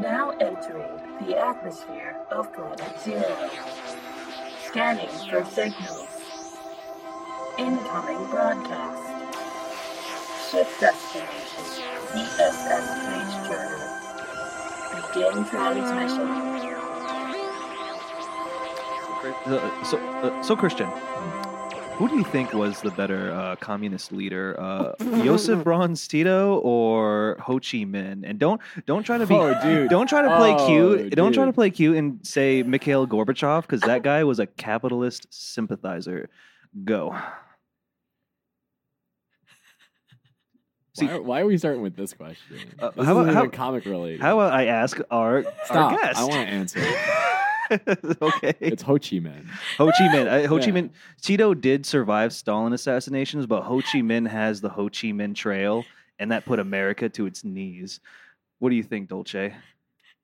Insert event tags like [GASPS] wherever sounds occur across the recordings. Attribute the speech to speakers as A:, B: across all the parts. A: Now entering the atmosphere of Planet Zero. Scanning for signals. Incoming broadcast. Ship destination. CSS page turner. Begin transmission.
B: Uh, so, uh, so Christian, who do you think was the better uh, communist leader,
C: [LAUGHS]
B: uh, Josip Broz Tito or Ho Chi Minh? And don't don't try to be
C: Oh, dude.
B: don't try to play
C: Oh,
B: cute. Don't try to
C: dude.
B: play cute and say Mikhail Gorbachev because that guy was a capitalist sympathizer. Go. See-
C: why, are, why are we starting with this question?
B: Uh,
C: this
B: how about-
C: isn't
B: how-
C: even comic related.
B: How about I ask our
C: Stop.
B: our guest?
C: I want to answer.
B: [LAUGHS]
C: [LAUGHS]
B: okay.
C: It's Ho Chi Minh.
B: Ho Chi Minh. Uh, Ho Chi
C: Yeah.
B: Minh. Tito did survive Stalin assassinations, but Ho Chi Minh has the Ho Chi Minh Trail, and that put America to its knees. What do you think, Dolce?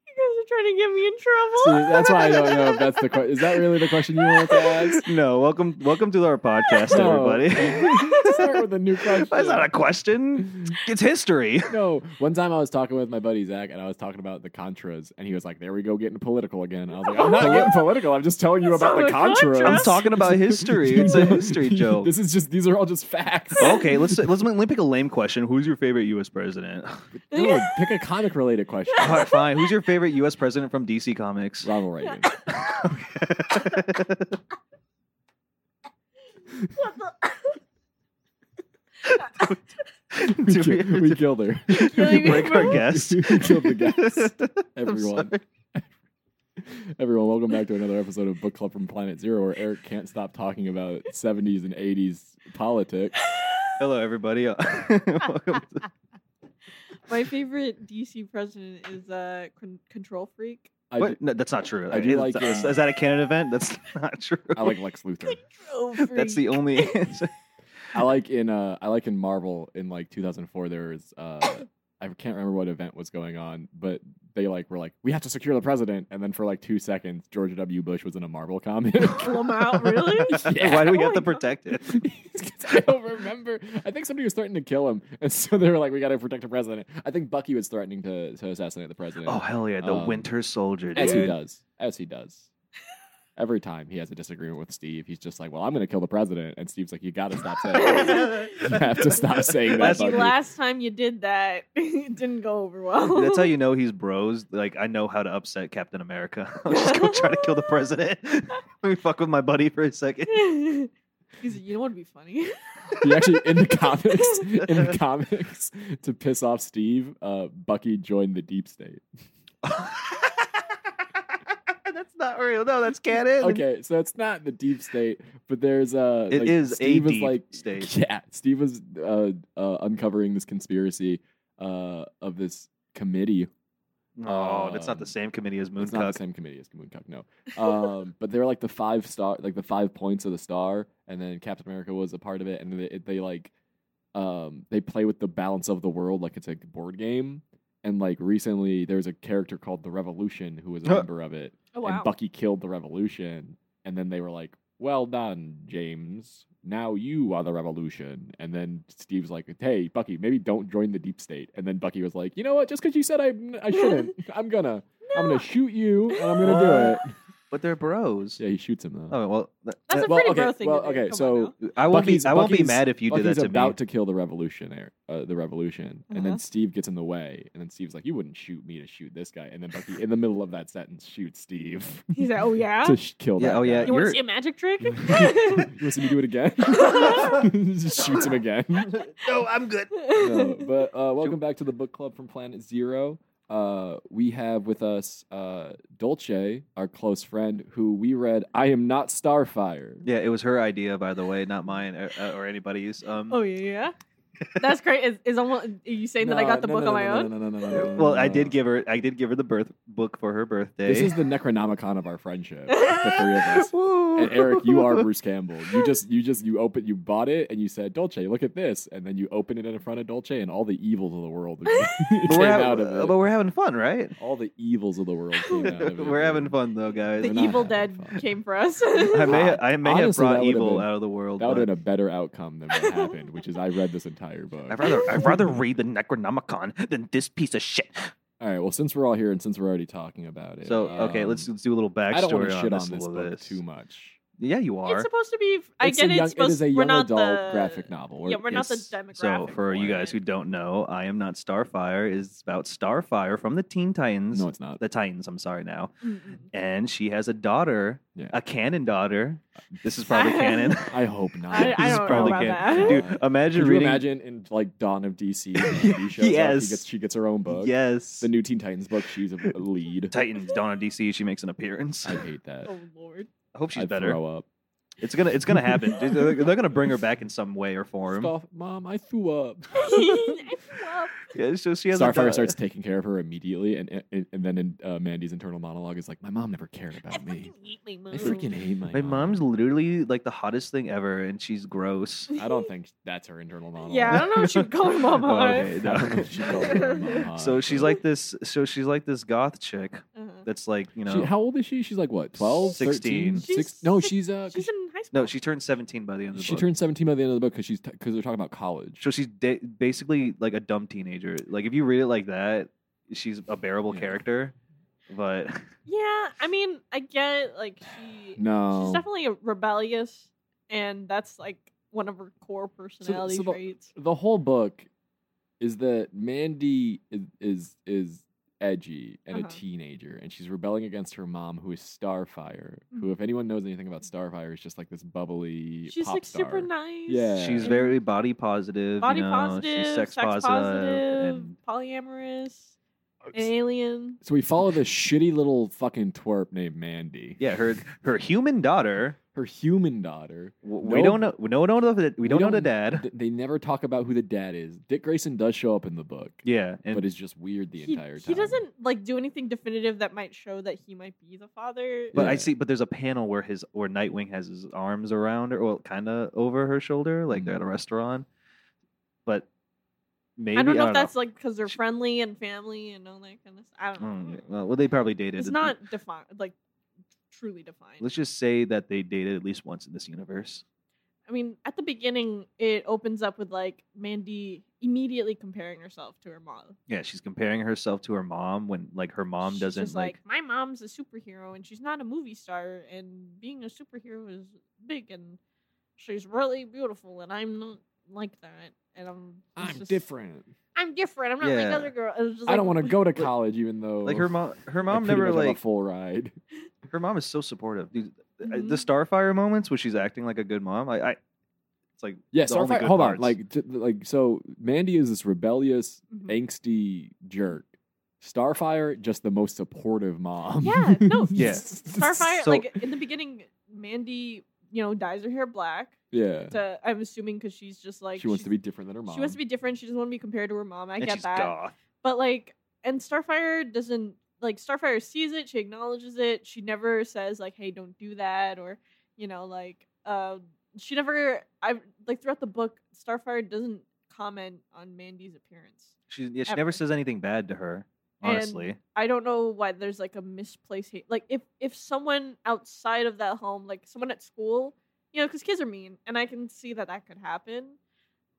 D: You guys are trying to get me in
C: See,
D: trouble.
C: that's
D: [LAUGHS]
C: why I don't know if that's the question. Is that really the question you want to
B: [LAUGHS]
C: ask?
B: No, welcome, welcome to our podcast,
C: No. [LAUGHS]
B: everybody.
C: Start with a new question.
B: [LAUGHS] That's not a question. It's
C: [LAUGHS]
B: history.
C: No, one time I was talking with my buddy Zach, and I was talking about the Contras, and he was like, "There we go, getting political again." And I was like,
B: [LAUGHS]
C: "I'm not getting political. I'm just telling you
D: It's
C: about
D: not
C: the
D: a contra.
C: Contras.
B: I'm talking about history.
C: [LAUGHS]
B: It's a history joke.
C: This is just these are all just facts.
B: Okay, let's let's let me pick a lame question. Who's your favorite U.S.
C: [LAUGHS]
B: president?
C: No, pick a comic related question.
B: [LAUGHS] All right, fine. Who's your favorite U.S. president from DC Comics? [LAUGHS]
C: Ronald Reagan.
D: What the-
C: We,
B: [LAUGHS] Do we-
C: ki- we killed her.
B: Did we break our guest?
C: [LAUGHS] we
B: [LAUGHS]
C: killed the guest.
B: I'm
C: Everyone.
B: sorry.
C: [LAUGHS] Everyone, welcome back to another episode of Book Club from Planet Zero, where Eric can't stop talking about 70s and 80s politics.
B: Hello, everybody. [LAUGHS] welcome to
D: My favorite DC president is uh, con- Control Freak.
C: I,
B: What?
C: d-
B: No, that's not true.
C: I do like
B: Is- is,
C: your-
B: that a Canada event? That's [LAUGHS] not true.
C: I like Lex Luthor. [LAUGHS]
D: Control Freak.
B: that's the only.
C: I like in uh, I like in Marvel in like 2004. There was uh, I can't remember what event was going on, but they like were like, we have to secure the president, and then for like two seconds, George W. Bush was in a Marvel comic.
B: [LAUGHS]
C: [LAUGHS]
D: Pull him out, really?
B: Why do we
D: Oh
B: have to
D: my
B: protect it?
C: I don't remember. I think somebody was threatening to kill him, and so they were like, "We got to protect the president." I think Bucky was threatening to, to assassinate the
B: [LAUGHS]
C: president.
B: Oh hell yeah, the
C: Um,
B: Winter Soldier.
C: as he
B: dude.
C: does, as he does. Every time he has a disagreement with Steve, he's just like, "Well, I'm going to kill the president," and Steve's like, "You got to stop saying."
B: [LAUGHS]
C: that." You have to stop saying that,
B: That's,
C: Bucky.
D: The last time you did that, [LAUGHS] it didn't go over well.
B: that's
C: [LAUGHS]
D: [LAUGHS]
B: how you know he's bros. Like I know how to upset Captain America. [LAUGHS] I'll just go try to kill the president. [LAUGHS] Let me fuck with my buddy for a second. [LAUGHS]
D: He's like, you know what would be funny?
C: He actually in the comics, in the comics, to piss off Steve, uh, Bucky joined the deep state.
B: that's not real. No, that's canon.
C: Okay, so it's not the deep state, but there's uh,
B: It
C: like,
B: is a
C: Steve was
B: deep
C: like
B: state.
C: [LAUGHS] Yeah, Steve was uh, uh, uncovering this conspiracy uh, of this committee.
B: Oh, that's not the
C: Um,
B: same committee as
C: It's not the
B: Mooncock.
C: same committee as Mooncock, no. Um, but they're like the five star, like the five points of the star, and then Captain America was a part of it, and they, they like um, they play with the balance of the world like it's a board game. And like recently, there's a character called the Revolution who was a
B: Huh.
C: member of it,
D: [LAUGHS] Oh,
C: and Bucky killed the Revolution, and then they were like, "Well done, James. Now you are the Revolution." And then Steve's like, "Hey, Bucky, maybe don't join the Deep State." And then Bucky was like, "You know what? Just because you said I, I shouldn't, I'm gonna, I'm gonna shoot you, and I'm gonna do it."
B: But they're bros.
C: Yeah, he shoots him though.
B: Oh well, that-
D: That's a
C: Well,
D: pretty
C: okay,
D: bro thing
C: well,
D: to do.
C: okay,
D: Come on
C: so-
D: now.
B: I won't
C: Bucky's-
B: be. I won't be
C: Bucky's-
B: mad if you did that
C: Bucky's
B: to
C: Oh, about
B: me.
C: to kill the revolutionary, uh, the revolution, and
D: Uh-huh.
C: then Steve gets in the way, and then Steve's like, "You wouldn't shoot me to shoot this guy," and then Bucky, in the middle of that sentence, shoots Steve [LAUGHS]
D: He's like, oh, yeah?
C: to sh- kill.
B: Yeah,
C: that
B: oh, yeah,
C: guy. [LAUGHS]
D: you want
B: you're-
D: to see a magic trick? [LAUGHS]
C: you want to see me do it
B: [LAUGHS]
C: again? [LAUGHS] Just shoots him again.
B: [LAUGHS] no, I'm good.
C: No, but uh, welcome back to the book club from Planet Zero. Uh, we have with us uh, Dolce, our close friend, who we read "I Am Not Starfire."
B: Yeah, it was her idea, by the way, not mine uh, or, or anybody else. Um,
D: oh, yeah, yeah. That's great. Is, is almost are you saying that I got the book on my own?
C: No, no, no, no, no, no,
B: Well,
C: no,
B: I
C: no.
B: did give her. I did give her the birth book for her birthday. [LAUGHS]
C: This is the Necronomicon of our
D: [LAUGHS]
C: friendship, the three of us. And Eric, you are Bruce Campbell. You just, you just, you open, you bought it, and you said, "Dolce, look at this," and then you open it in front of Dolce, and all the evils of the
D: [LAUGHS]
C: world
B: But
C: came
B: we're,
C: out
B: hav-
C: of it.
B: but we're having fun, right?
C: all the evils of the world came
B: [LAUGHS]
C: out of it.
B: we're having fun though, guys.
D: The
C: We're not
D: Evil
C: having
D: Dead
C: fun.
D: came for us. [LAUGHS]
B: I may I may have
C: Honestly, that
B: brought
C: would've
B: evil
C: been-
B: out of the world.
C: That would
B: but
C: have been a better outcome
B: [LAUGHS]
C: than what happened, which is I read this entire book.
B: I'd rather I'd
C: [LAUGHS]
B: rather read the Necronomicon than this piece of shit.
C: All right. Well, since we're all here and since we're already talking about it,
B: So okay,
C: um,
B: let's let's do a little backstory
C: I don't want to shit
B: on this,
C: this
B: little
C: book
B: bit.
C: too much.
B: Yeah, you
D: it's
B: are.
D: supposed to be. I
C: It's a
D: get
C: young-
D: it's supposed.
C: it is a
D: we're
C: young
D: not
C: adult
D: the
C: graphic novel. or
D: Yeah, we're not the
C: it's-
D: demographic.
B: So for you guys
D: it.
B: who don't know, I am not Starfire is about Starfire from the Teen Titans.
C: No, it's
D: [LAUGHS]
C: not.
B: the Titans, I'm sorry now.
D: Mm-mm.
B: And she has a daughter,
C: Yeah.
B: a canon daughter. This is
D: [LAUGHS]
B: probably canon.
C: [LAUGHS] I hope not.
D: I-
B: [LAUGHS]
D: I
B: This is
D: don't know
B: probably
D: about
B: canon. [LAUGHS]
C: that.
B: Dude, imagine
C: Could you
B: reading
C: imagine in like Dawn of DC?
B: [LAUGHS]
C: when He shows up,
B: Yes.
C: he gets, she gets her own book.
B: Yes.
C: The new Teen Titans book. She's a a lead.
B: Titans Dawn of DC, she makes an appearance.
C: I hate that.
D: Oh lord.
B: I hope she's
C: I'd
B: better.
C: throw up.
B: It's gonna it's gonna
C: [LAUGHS]
B: happen. They're- They're they're gonna bring her back in some way or form.
C: Stuff, Mom, I threw up.
D: [LAUGHS] I love-
B: Yeah, so [LAUGHS] she has a da-
C: Starfire starts taking care of her immediately, and and, and then in, uh, Mandy's internal monologue is like, "My mom never cared
D: I
C: about me.
D: fucking hate my [LAUGHS] mom.
C: I freaking hate my
B: My
C: mom."
B: mom's literally like the hottest thing ever, and she's gross.
C: I don't think that's her internal monologue.
D: Yeah,
C: [LAUGHS]
D: I don't know what you're going mom
B: Oh,
D: on.
B: [LAUGHS] okay, no.
C: I don't know if she called
D: [LAUGHS]
B: [LAUGHS]
C: her internal monologue,
B: So she's
C: but-
B: like this. So she's like this goth chick
D: [LAUGHS] Uh-huh.
B: that's like you know.
C: She- how old is she? She's like what, 12,
B: 16?
C: 13?
D: She's
C: Six, no,
D: six-
C: she's uh, 'cause
D: She's in high school.
B: no, she turned seventeen by the end of the
C: she
B: book.
C: turned seventeen by the end of the book because she's because they're talking about college.
B: so she's da- basically like a dumb teenager. Like if you read it like that, she's a bearable
C: Yeah.
B: character. But
D: Yeah, I mean, I get like she.
C: no,
D: She's definitely rebellious, and that's like one of her core personality
C: so the-
D: traits.
C: the whole book is that Mandy is is, is edgy and a
D: Uh-huh.
C: teenager, and she's rebelling against her mom, who is Starfire. Who, if anyone knows anything about Starfire, is just like this bubbly.
D: Mm-hmm. She's
C: pop
D: like
C: star.
D: super nice.
C: Yeah.
B: she's
D: and
B: very body positive.
D: body
B: you know,
D: positive,
B: She's sex,
D: positive,
B: positive, and
D: polyamorous, an alien.
C: So we follow this shitty little fucking twerp named Mandy.
B: yeah, her her human daughter.
C: her human daughter.
B: w-
C: No-
B: we don't know. We don't know the. We don't, know the dad.
C: th- They never talk about who the dad is. Dick Grayson does show up in the book,
B: yeah, and
C: but it's just weird the
D: he,
C: entire time.
D: he doesn't like do anything definitive that might show that he might be the father.
B: But I
C: Yeah.
B: see. But there's a panel where his where Nightwing has his arms around her, well, kind of over her shoulder, like they're at a restaurant. But maybe
D: Mm-hmm. I don't know if that's like because they're friendly and family and all that kind of stuff. I don't know.
B: Mm, well, well, they probably dated.
D: It's
B: at-
D: not defined, like truly defined.
B: Let's just say that they dated at least once in this universe.
D: I mean, at the beginning, it opens up with like Mandy immediately comparing herself to her mom.
B: Yeah, she's comparing herself to her mom when like her mom
D: She's
B: doesn't
D: just like, my mom's a superhero and she's not a movie star, and being a superhero is big and she's really beautiful, and I'm not like that, and I'm it's
C: I'm
D: just-
C: different.
D: I'm different. I'm not like
B: Yeah.
D: other girls. It was just
C: I don't
D: like-
C: want to go to college, even though
B: like her mom. Her
C: I
B: mom
C: pretty
B: never
C: much have
B: like
C: a full ride. [LAUGHS]
B: her mom is so supportive. Dude, th- I- The
D: Mhm.
B: Starfire moments where she's acting like a good mom, I, I it's like
C: Yeah,
B: the only
C: Starfire.
B: good
C: Hold
B: parts.
C: on, like t- like so, Mandy is this rebellious,
D: Mhm.
C: angsty jerk. Starfire, just the most supportive mom.
D: Yeah,
C: [LAUGHS]
D: no,
B: Yeah. [LAUGHS]
D: Starfire,
B: So-
D: like in the beginning, Mandy, you know, dyes her hair black.
C: yeah.
D: To, I'm assuming because she's just like
C: she wants to
D: she's-
C: be different than her mom.
D: She wants to be different. She doesn't want to be compared to her mom. I
B: and
D: get
B: she's
D: that.
B: goth.
D: But like, and Starfire doesn't like. Starfire sees it. She acknowledges it. She never says like, "Hey, don't do that," or you know, like, uh, she never. I like throughout the book, Starfire doesn't comment on Mandy's appearance.
B: She yeah, she
D: Ever.
B: never says anything bad to her.
D: And-
B: Honestly.
D: I don't know why there's like a misplaced hate. Like if if someone outside of that home, like someone at school, you know, because kids are mean, and I can see that that could happen.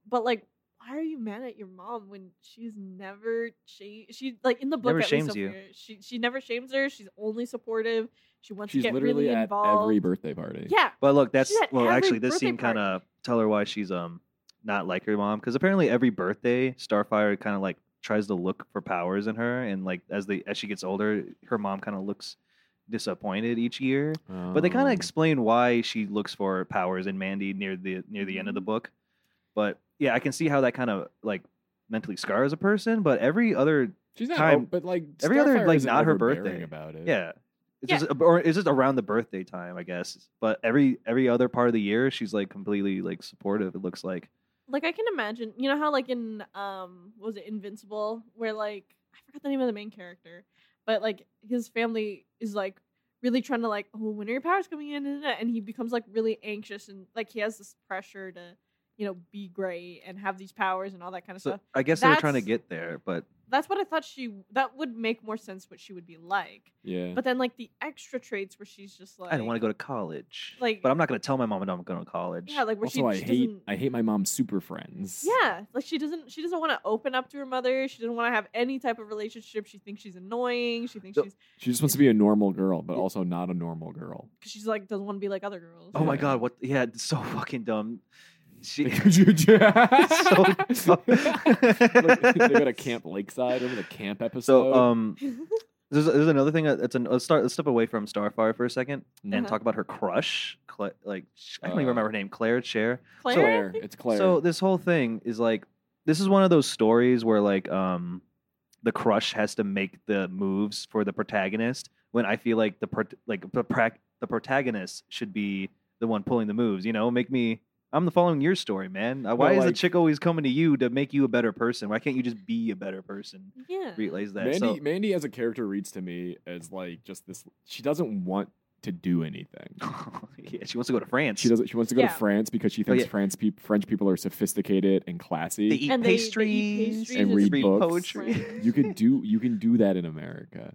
D: But like, why are you mad at your mom when she's never she she like in the book
B: Never
D: at least
B: shames
D: of
B: you.
D: her, she she never shames her. She's only supportive. She wants
C: She's
D: to get
C: literally
D: really
C: at
D: involved.
C: every birthday party.
D: yeah,
B: But look, that's
D: She's at
B: well,
D: every
B: actually, this
D: birthday
B: scene kind of
D: party.
B: tell her why she's um not like her mom because apparently every birthday, Starfire kind of like tries to look for powers in her, and like as they as she gets older, her mom kind of looks disappointed each year. But they kind of
C: Um,
B: explain why she looks for powers in Mandy near the near the end of the
D: Mhm.
B: book. But yeah, I can see how that kind of like mentally scars a person. But every other
C: She's not,
B: time-
C: oh, but like
B: every other,
C: Starfire
B: like,
C: isn't
B: not her
C: overbearing
B: birthday.
C: about it.
B: Yeah. It's
D: Yeah.
B: just or it's just around the birthday time, I guess. But every every other part of the year, she's like completely like supportive. It looks like
D: like I can imagine, you know how like in um what was it Invincible where like I forgot the name of the main character, but like his family is like really trying to like oh when are your powers coming in and and he becomes like really anxious and like he has this pressure to you know be great and have these powers and all that kind of
B: So
D: stuff.
B: I guess they were trying to
D: That's-
B: get there, but
D: That's what I thought she that would make more sense what she would be like.
C: Yeah.
D: But then like the extra traits where she's just like
B: Mm. I didn't want to go to college.
D: like-
B: but I'm not going to tell my mom I'm not going to college.
D: yeah like where she
C: also, I
D: just
C: hate
D: doesn't-
C: I hate my mom's super friends.
D: Yeah, like she doesn't she doesn't want to open up to her mother. She doesn't want to have any type of relationship. She thinks she's annoying. She thinks
B: So-
D: she's
C: She just wants to be a normal girl, but also not a normal girl.
D: cause she's like doesn't want to be like other girls. [LAUGHS]
B: oh my
C: Yeah.
B: god, what? Yeah, it's so fucking dumb.
C: [LAUGHS]
B: She [LAUGHS] it's so
C: so
B: dumb.
D: [LAUGHS]
C: they
B: [LAUGHS]
C: go to Camp Lakeside. Remember the camp episode?
B: So um, there's, there's another thing. that- It's an let's start. Let's step away from Starfire for a 2nd
D: Uh-huh.
B: and talk about her crush. Cla like sh- I don't
C: Uh,
B: even remember her name. Claire Cher.
D: Claire,
C: Claire. It's Claire.
B: So this whole thing is like this is one of those stories where like um the crush has to make the moves for the protagonist when I feel like the prot like the prac the protagonist should be the one pulling the moves, you know? Make me I'm the following your story, man. Uh, Why
C: Well,
B: is the
C: like-
B: chick always coming to you to make you a better person? Why can't you just be a better person?
D: yeah,
B: Relays that.
C: Mandy,
B: so
C: Mandy as a character reads to me as like just this. She doesn't want to do anything.
B: [LAUGHS] yeah, she wants to go to France.
C: She doesn't. She wants to go
D: Yeah.
C: to France because she
B: Oh,
C: thinks
B: yeah.
C: France peop French people are sophisticated and classy.
B: they eat
D: And they- they eat
B: pastries,
D: pastries
C: And and read read books.
B: poetry.
C: you can do. You can do that in America.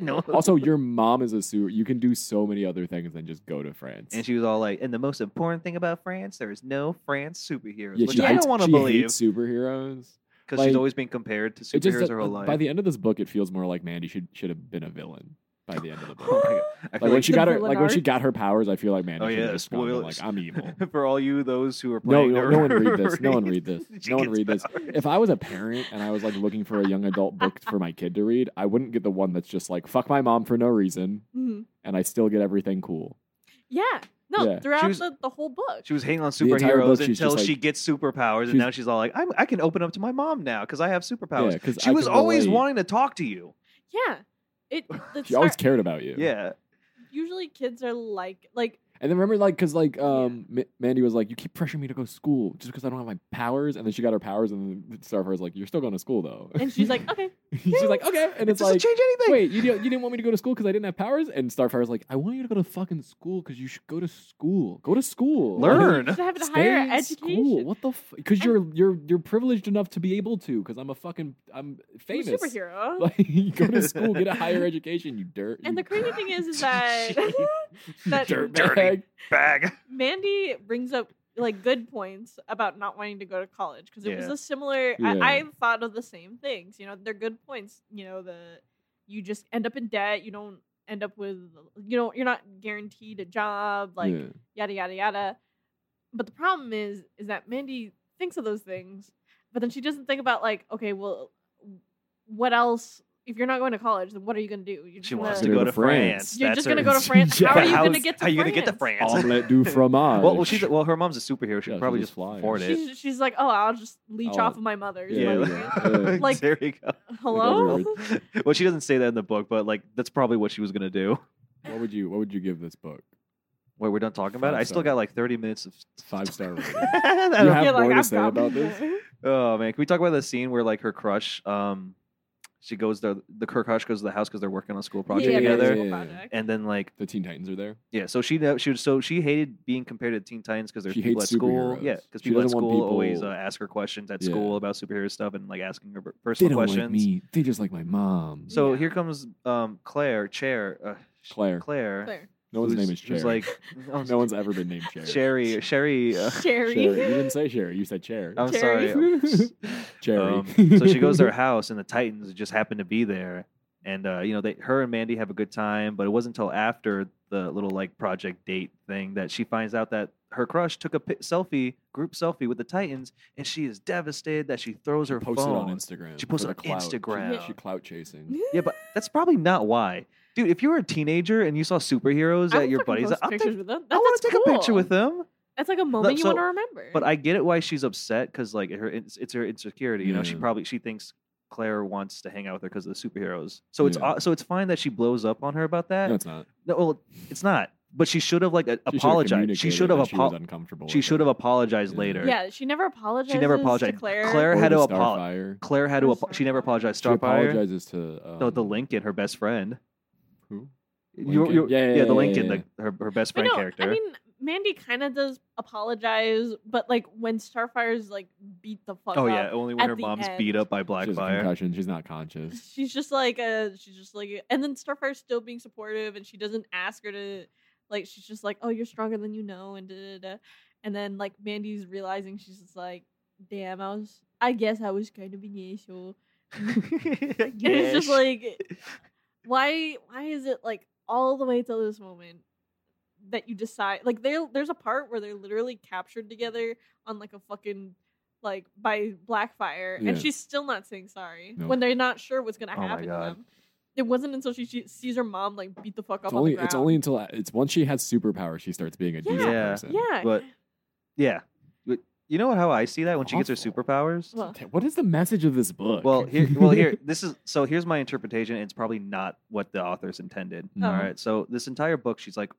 B: [LAUGHS] no.
D: [LAUGHS]
C: also, your mom is a sewer. You can do so many other things than just go to France.
B: And she was all like, and the most important thing about France, there is no France superheroes,
C: yeah,
B: which
C: she
B: I
C: hates-
B: don't want to
C: she
B: believe
C: hates superheroes.
B: because
C: like-
B: she's always been compared to
C: It just
B: superheroes
C: does- uh,
B: her whole
C: by
B: life.
C: the end of this book, it feels more like Mandy should should have been a villain by the end of the
B: [LAUGHS] Oh
C: book.
B: my God. I
C: like
B: feel
D: [LAUGHS]
C: when she got her,
D: villain
C: like when she
D: arc.
C: got her powers, I feel like Mandy
B: Oh,
C: should have
B: yeah,
C: just gone and been
B: spoilers. [LAUGHS]
C: like I'm evil. [LAUGHS]
B: like for all you those who are
C: No,
B: playing,
C: no,
B: or-
C: no one read this. No one read this.
B: [LAUGHS] She
C: No one
B: gets
C: read this.
B: powers.
C: If I was a parent and I was like looking for a young adult book for my kid to read, I wouldn't get the one that's just like fuck my mom for no reason
D: Mhm.
C: and I still get everything cool.
D: yeah. No,
C: Yeah.
D: throughout
B: She was-
D: the, the whole book.
B: She was hating on
C: The entire
B: superheroes
C: book, she's
B: until
C: just like-
B: she gets superpowers, and
C: she's-
B: now she's all like, I'm, "I can open up to my mom now because I have superpowers."
C: Yeah, 'cause
B: she
C: I
B: was
C: can
B: always
C: relate.
B: wanting to talk to you.
D: yeah, it. The
C: She always
D: start-
C: cared about you.
B: Yeah,
D: usually kids are like like
C: And then remember, like, because like um, Ma- Mandy was like, "You keep pressuring me to go to school just because I don't have my powers." And then she got her powers, and then Starfire's like, "You're still going to school though."
D: and she's like okay
C: [LAUGHS] she's like, "Okay," and
B: it
C: it's
B: doesn't
C: like,
B: change anything.
C: Wait, you didn't, you didn't want me to go to school because I didn't have powers? And Starfire's like, I want you to go to fucking school because you should go to school. Go to school.
D: [LAUGHS]
B: learn.
D: she's having a
C: Stay
D: higher
C: in School.
D: education
C: What the? Because you're you're you're privileged enough to be able to. Because I'm a fucking I'm
D: I'm a
C: famous. [LAUGHS]
D: superhero
C: Like, go to school, get a higher education. You dirt.
D: and the
C: you
D: crazy thing is is that [LAUGHS] that
B: Dirt
C: dirtbag.
B: Bag.
D: Mandy brings up like good points about not wanting to go to college because it was
B: Yeah.
D: a similar.
C: Yeah.
D: I, I thought of the same things. You know, they're good points. You know, the you just end up in debt. You don't end up with you know you're not guaranteed a job. Like
C: Yeah.
D: yada yada yada. But the problem is is that Mandy thinks of those things, but then she doesn't think about like okay, well, what else? If you're not going to college, then what are you going to do? You're just
B: She
D: gonna-
B: wants
C: Gonna
B: to go
C: go
B: to
C: to
B: France.
C: France.
D: You're
B: That's
D: just
B: her-
D: gonna go to France.
C: Yeah,
D: How are you
C: how's-
D: gonna get to
B: how are
D: France?
B: you gonna get to France?
C: Omelette
D: [LAUGHS]
C: du fromage.
B: Well, well, she's well, her mom's a superhero. She
C: Yeah,
B: could probably
C: she
B: just
C: just flies.
B: afford it.
D: She's, she's like, oh, I'll just leech
C: I'll-
D: off of my mother's
C: Yeah,
B: [LAUGHS]
D: money.
C: yeah.
D: Like-
B: there we go.
D: [LAUGHS] Hello? [LAUGHS]
B: [LAUGHS] well, she doesn't say that in the book, but like that's probably what she was gonna do. [LAUGHS]
C: What would you What would you give this book?
B: Wait, we're done talking about it.
C: Five
B: I still
C: star.
B: got like thirty minutes of.
C: Five
B: [LAUGHS]
C: star rating.
B: I
C: You
B: don't-
C: have
D: You're like,
C: more to
D: I've
C: say
D: got
C: about
D: more."
C: this?
B: oh man, can we talk about the scene where like her crush, um, she goes there. The her crush goes to the house because they're working on a school [LAUGHS] project
D: Yeah,
B: together,
D: yeah,
C: Yeah.
D: project.
B: and then like
C: The Teen Titans are there.
B: yeah, so she know- she was- so she hated being compared to Teen Titans because there's
C: She
B: people at
C: hates
B: school.
C: superheroes.
B: Yeah, because
C: She
B: people at
C: doesn't want
B: school always uh,
C: people-
B: ask her questions at
C: Yeah.
B: school about superhero stuff and like asking her personal questions.
C: me. They just like my mom.
B: So
D: Yeah.
B: here comes um, Claire, Chair, uh, sh-
C: Claire.
B: Claire.
D: Claire.
C: No one's
B: who's-
C: name is Cher.
B: who's like [LAUGHS] oh,
C: no one's ever been named Cher.
B: Sherry, Sherry.
D: [LAUGHS]
B: Uh,
D: Sherry.
C: Cherry. You
D: [LAUGHS]
C: didn't say Sherry. You said Cherry.
B: I'm
C: [LAUGHS]
D: Cherry.
B: sorry. [LAUGHS]
C: Cherry.
B: Um, so she
C: [LAUGHS]
B: goes to her house, and the Titans just happen to be there. And uh, you know, they, her and Mandy have a good time, but it wasn't until after the little like project date thing that she finds out that her crush took a pi- selfie, group selfie with the Titans, and she is devastated that she throws her
C: posted
B: phone.
C: on Instagram.
B: She posted
C: for the
B: on
C: clout.
B: Instagram.
C: She, she clout chasing.
B: Yeah, but that's probably not why, dude. If you were a teenager and you saw superheroes
D: I
B: at
D: would
B: your
D: fucking
B: buddies,
D: post
B: I'm
D: pictures with them. That-
B: I want to
D: that's
B: take a picture
D: cool.
B: with them.
D: That's like a moment you
B: so-
D: want to remember.
B: But I get it why she's upset because like her it's, it's her insecurity. You know, she
C: Yeah.
B: probably she thinks Claire wants to hang out with her because of the superheroes. So it's
C: Yeah.
B: au- so it's fine that she blows up on her about that.
C: No, it's not.
B: No, well, it's not. But she should have like a-
C: She should've
B: apologized. She
C: communicated
B: should have
C: that She was
B: apo-
C: uncomfortable.
B: she
C: with
B: should
C: it.
B: have apologized
C: Yeah.
B: later.
D: Yeah, she never apologized.
B: She never apologized.
D: To Claire.
B: Claire had to
C: Or to
B: apologize.
C: Starfire.
B: Claire had to.
D: Or
B: Apo- she never
D: Starfire.
B: apologized.
C: She
B: Starfire.
C: apologizes to um,
B: the, the Lincoln, her best friend.
C: Who?
B: You-
C: Lincoln?
B: you-
C: Yeah, yeah,
B: the
C: yeah,
B: Lincoln,
C: yeah,
B: The, her her best
D: But
B: friend
D: no,
B: character.
D: I mean, Mandy kind of does apologize, but like when Starfire's like beat the fuck
B: oh
D: up.
B: yeah, only when
D: uh, at
B: her
D: the
B: mom's beat
D: end.
B: up by
C: She has a
B: Blackfire.
C: concussion. She's not conscious.
D: She's just like uh she's just like and then Starfire's still being supportive and she doesn't ask her to like she's just like, Oh, you're stronger than you know and da da da and then like Mandy's realizing she's just like, Damn, I was I guess I was kind of an asshole. [LAUGHS] And
B: [LAUGHS]
D: it's just like why why is it like all the way till this moment that you decide like they there's a part where they're literally captured together on like a fucking like by Blackfire
C: Yeah.
D: and she's still not saying sorry
C: No.
D: when they're not sure what's gonna
B: Oh my
D: happen to
B: God.
D: them. It wasn't until she, she sees her mom like beat the fuck up
C: It's
D: on
C: only
D: the ground.
C: it's only until it's once she has superpowers she starts being a decent
B: Yeah.
C: person.
D: yeah.
B: But yeah, but you know how I see that when she gets her
C: Awful.
B: superpowers.
D: Well,
C: What is the message of this book?
B: Well, here, well,
C: [LAUGHS]
B: here, this is so. Here's my interpretation. It's probably not what the authors intended.
C: Mhm.
B: All
D: Oh.
B: right, so this entire book, she's like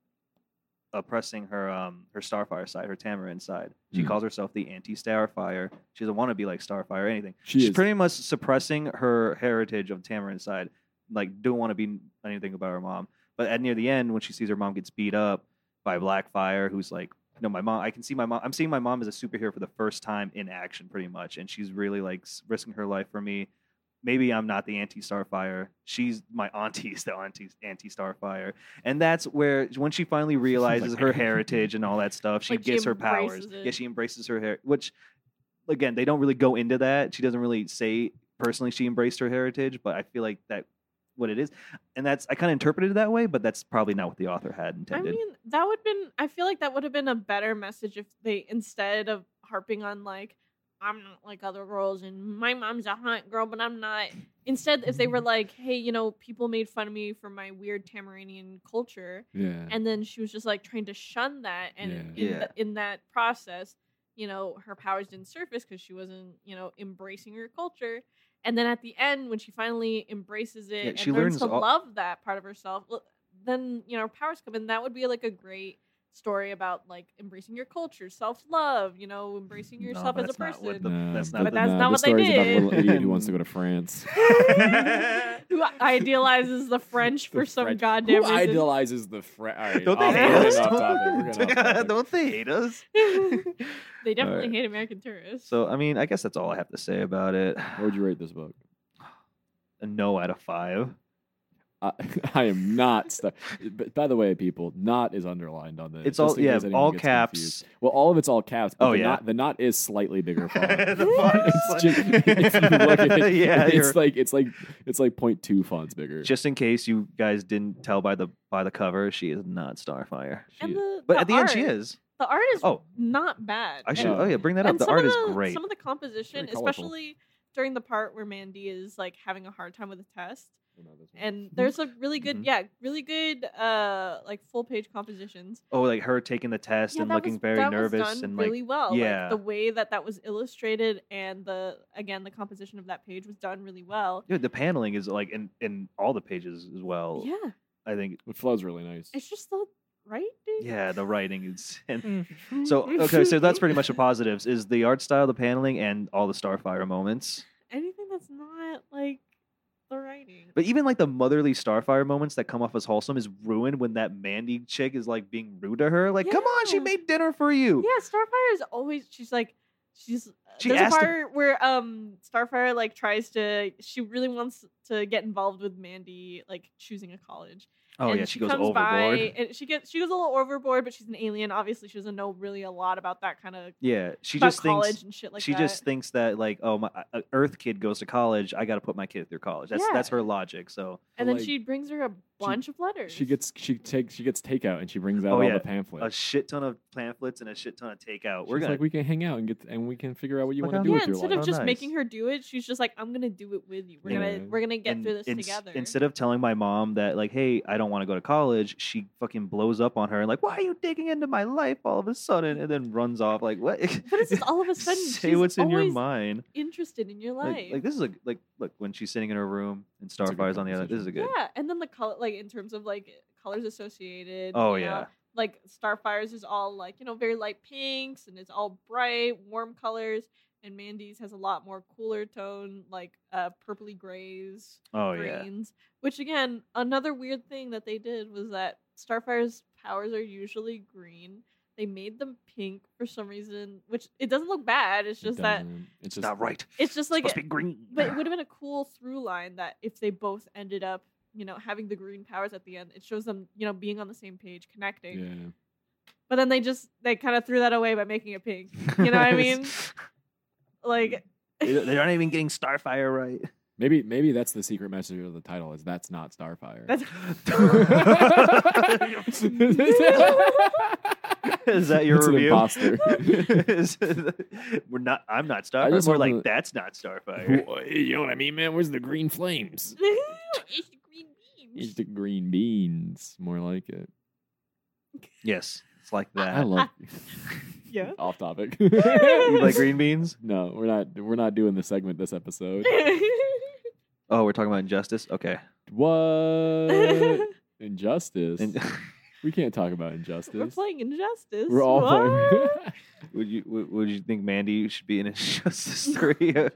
B: oppressing her, um, her Starfire side, her Tamarin side. She
C: Mhm.
B: calls herself the anti-Starfire. She doesn't want to be like Starfire or anything.
C: She
B: she's
C: is-
B: pretty much suppressing her heritage of Tamarin side. Like, don't want to be anything about her mom. But at near the end, when she sees her mom gets beat up by Blackfire, who's like, no, my mom. I can see my mom. I'm seeing my mom as a superhero for the first time in action, pretty much, and she's really like s- risking her life for me. Maybe I'm not the anti Starfire. She's my auntie is the auntie anti Starfire, and that's where when she
C: [LAUGHS]
B: finally realizes her heritage and all that stuff, she
D: Like, she
B: gets her powers.
D: embraces it.
B: Yeah, she embraces her hair, which again they don't really go into that. She doesn't really say personally she embraced her heritage, but I feel like that what it is, and that's I kind of interpreted it that way, but that's probably not what the author had
D: I
B: intended. [LAUGHS]
D: mean, that would been I feel like that would have been a better message if they instead of harping on like I'm not like other girls and my mom's a hot girl, but I'm not. Instead, if they were like, hey, you know, people made fun of me for my weird Tamaranian culture,
C: yeah.
D: and then she was just like trying to shun that, and
C: Yeah.
D: In,
B: Yeah.
D: th- in that process, you know, her powers didn't surface because she wasn't, you know, embracing her culture. And then at the end, when she finally embraces it
B: Yeah,
D: and
B: she learns
D: learns, to
B: all-
D: love that part of herself, l- then you know her powers come in. That would be like a great story about like embracing your culture, self love, you know, embracing
B: No,
D: yourself
B: but
D: as a
B: that's not what
D: person.
B: the- [LAUGHS]
C: Nah,
B: that's not
D: But the- that's not
C: this
D: what they
C: story's about a
D: did.
C: little idiot who wants to go
B: [LAUGHS]
C: to France.
D: [LAUGHS]
C: [LAUGHS]
D: Who idealizes the French for
C: The
D: some
C: French-
D: goddamn
C: Who
D: reason? [LAUGHS]
C: idealizes the French? All right,
B: Don't they
C: off-
B: hate
C: we're
B: us?
C: getting off topic, we're getting off
B: [LAUGHS]
C: topic.
B: Don't they hate us?
D: they definitely
B: Alright.
D: hate American tourists.
B: So I mean, I guess that's all I have to say about it.
C: What would you rate this book?
B: A no out of five.
C: I, [LAUGHS] I am not. St- but by the way, people, not is underlined on this.
B: It's
C: just
B: all
C: in
B: yeah,
C: case anyone
B: all
C: gets confused.
B: caps.
C: Well, all of it's all caps. But
B: Oh,
C: the
B: yeah.
C: not, the not is
B: [LAUGHS]
C: slightly bigger [LAUGHS] font.
B: The font is
C: [LAUGHS] It's
B: like-
C: just, if you look at
B: [LAUGHS]
C: it,
B: yeah, you're-
C: it's like it's like it's like point two fonts bigger.
B: just in case you guys didn't tell by the by the cover, she is not Starfire.
C: She-
D: and the,
B: But
D: the
B: at the end, she
D: art-
B: is.
D: The art is
B: Oh,
D: not bad.
B: I should.
D: And-
C: Yeah.
B: Oh yeah, bring that
D: and
B: up. The
D: some
B: art
D: of
B: is
D: the-
B: great.
D: Some of the composition,
C: Very colorful.
D: especially during the part where Mandy is like having a hard time with a test,
C: You know, this one.
D: and there's a really good,
B: Mhm.
D: yeah, really good, uh, like full page compositions.
B: Oh, like her taking the test
D: yeah,
B: and
D: that
B: looking
D: was-
B: very
D: that was
B: nervous
D: done
B: and like
D: really well. Like,
B: yeah.
D: the way that that was illustrated and the again the composition of that page was done really well.
B: dude, the paneling is like in in all the pages as well.
D: Yeah,
B: I think
C: it flows really nice.
D: it's just the right.
B: yeah, the
D: [LAUGHS]
B: writing is. [LAUGHS] And
D: Mm.
B: so okay, so that's pretty much the positives: is the art style, the paneling, and all the Starfire moments.
D: anything that's not like the writing.
B: But even like the motherly Starfire moments that come off as wholesome is ruined when that Mandy chick is like being rude to her. Like, come on, she
D: Yeah.
B: made dinner for you.
D: Yeah, Starfire is always she's like she's uh,
B: She
D: there's a
B: asked him-
D: part where um Starfire like tries to she really wants to get involved with Mandy like choosing a college.
B: Oh
D: and
B: yeah, she, goes
D: comes
B: overboard.
D: by and she gets she goes a little overboard, but she's an alien. Obviously, she doesn't know really a lot about that kind of
B: [LAUGHS] Yeah, she
D: about
B: just
D: college
B: thinks
D: and shit like
B: she
D: that.
B: just thinks that like oh my a- a Earth kid goes to college, I got to put my kid through college. That's
D: Yeah.
B: that's her logic. So
D: and then
C: like,
D: she brings her a bunch of letters.
C: She gets she takes she gets takeout and she brings out
B: Oh,
C: all
B: yeah.
C: the pamphlets.
B: a shit ton of pamphlets and a shit ton of takeout. We're
C: She's
B: gonna
C: like we can hang out and get and we can figure out what you
B: Look how
C: want to do
D: yeah,
C: with your
D: instead
C: life.
D: of
B: Oh,
D: just
B: nice.
D: making her do it, she's just like, "I'm gonna do it with you. We're
C: Yeah.
D: gonna we're gonna get
B: and
D: through this
B: ins-
D: together."
B: Instead of telling my mom that like hey, I don't want to go to college, she fucking blows up on her and like why are you digging into my life all of a sudden and then runs off like what? [LAUGHS]
D: but it's just all of a sudden
B: Say
D: she's
B: what's in your
D: always
B: mind.
D: interested in your life.
B: Like, like this is a like look when she's sitting in her room and
C: a good
B: Starfire's on the other. This is a good.
D: Yeah, and then the color, like in terms of like colors associated.
B: Oh
D: you know,
B: yeah.
D: like Starfire's is all like you know very light pinks and it's all bright, warm colors. And Mandy's has a lot more cooler tone, like uh, purpley grays,
B: Oh yeah.
D: greens. Which again, another weird thing that they did was that Starfire's powers are usually green. They made them pink for some reason, which it doesn't look bad. It's just that
C: it's
B: It's
C: just
B: not right.
D: it's just like
B: Must be green. [LAUGHS]
C: [SIGHS]
D: but it would have been a cool through line that if they both ended up, you know, having the green powers at the end, it shows them, you know, being on the same page, connecting.
C: Yeah,
D: But then they just they kind of threw that away by making
C: [LAUGHS]
D: it pink. You know what I mean? Like
B: they they aren't even getting Starfire [LAUGHS] right.
C: maybe maybe that's the secret message of the title is that's not Starfire.
D: [LAUGHS] that's
B: Is that your
C: It's an
B: review?
C: imposter.
B: [LAUGHS] Is- We're not. I'm not
C: I
B: Starfire.
C: just
B: We're like
C: want to-
B: that's not Starfire.
C: [LAUGHS] Wh- you know what I mean, man? Where's the green flames?
D: it's the green
C: It's
D: [LAUGHS] beans.
C: the green beans. More like it.
B: yes, it's like that.
C: I love.
D: Ah. [LAUGHS] Yeah.
C: [LAUGHS] Off
D: [LAUGHS]
C: topic.
B: you like green beans?
C: [LAUGHS] No, we're not. We're not doing the segment this episode.
B: Oh, we're talking about injustice. Okay.
D: [LAUGHS]
C: What injustice?
B: And, [LAUGHS]
C: we can't talk about
D: We're
C: injustice.
D: playing injustice.
C: We're all playing.
D: What?
B: would you would, would you think Mandy should be in [LAUGHS] injustice three? [LAUGHS]
C: [LAUGHS]
D: Jesus.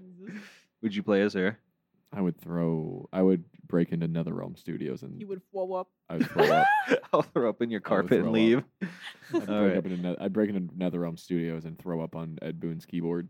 B: would you play as her?
C: [LAUGHS] I would throw. I would break into NetherRealm Studios and
D: You would blow up.
C: I would throw up.
B: [LAUGHS] I'll throw up in your
C: I would
B: carpet
C: throw
B: and
C: up.
B: leave.
C: I'd break,
B: All right.
C: up into, Neth- I'd break into NetherRealm Studios and throw up on Ed Boone's keyboard.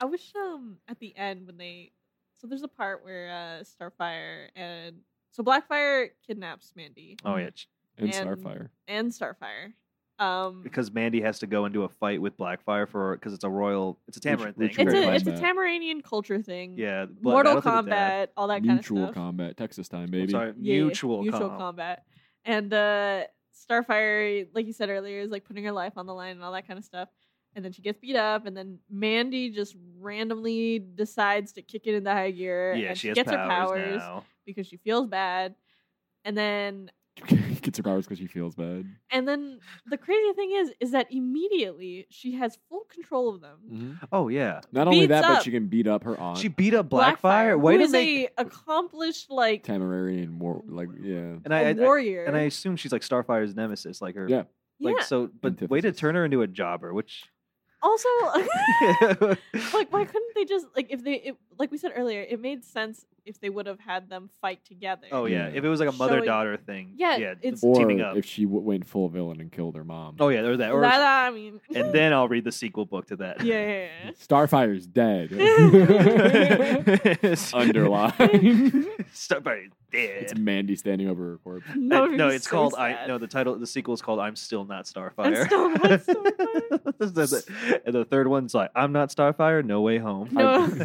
D: I wish um at the end when they so there's a part where uh Starfire and so Blackfire kidnaps Mandy
B: Oh yeah,
C: And,
D: And-
C: Starfire.
D: and Starfire. Um
B: because Mandy has to go into a fight with Blackfire for because it's a royal, it's a Tamarin
C: which
B: thing.
D: it's
C: Mortal
D: a it's a
C: Kombat.
D: Tamaranian culture thing.
B: yeah, Bla-
D: Mortal
B: Battle to the Death.
D: Kombat, all that kind of stuff.
C: Mutual combat. Texas time,
B: I'm
C: baby. [LAUGHS]
B: sorry,
D: Yeah,
B: mutual,
D: mutual
B: com-
D: combat. And uh Starfire, like you said earlier, is like putting her life on the line and all that kind of stuff. And then she gets beat up, and then Mandy just randomly decides to kick it into high gear.
B: Yeah,
D: and
B: she has
D: gets
B: powers,
D: her powers
B: now.
D: because she feels bad. And then
C: Gets her powers because she feels bad.
D: and then the crazy thing is is that immediately she has full control of them.
B: Oh yeah,
C: Not only
D: Beats
C: that, but
D: up.
C: she can beat up her aunt.
B: she beat up Blackfire. Why
D: who
B: did
D: is
B: they?
D: a accomplished like
C: Tamararian war. Like, yeah.
B: And I, I-
D: a warrior.
B: and I assume she's like Starfire's nemesis, like her.
C: Yeah.
D: yeah.
B: Like so, but way to
C: Antithesis.
B: turn her into a jobber, which.
D: also [LAUGHS] like why couldn't they just like if they it, like we said earlier, it made sense if they would have had them fight together.
B: [LAUGHS] Oh yeah,
C: Yeah.
B: if it was like a
D: Showing-
B: mother daughter thing.
D: Yeah,
B: yeah,
D: it's-
B: the
C: Or
B: teaming up.
C: if she w- went full villain and killed her mom.
B: oh yeah, there's that. Or,
D: That, I mean [LAUGHS]
B: and then I'll read the sequel book to that. [LAUGHS]
D: yeah, [LAUGHS] yeah, yeah.
C: Starfire's
D: [LAUGHS]
C: dead.
D: [LAUGHS]
C: Underline.
B: Starfire's dead.
C: it's Mandy standing over her corpse.
D: That
B: I-
D: would
B: no,
D: be
B: it's
D: so
B: called I
D: sad.
B: no the title the sequel is called I'm still not Starfire.
D: I'm Still Not
B: [LAUGHS]
D: Starfire.
B: The- the, and the third one's like I'm not Starfire, no way home.
D: [LAUGHS]
C: [LAUGHS]
D: No.
B: [LAUGHS]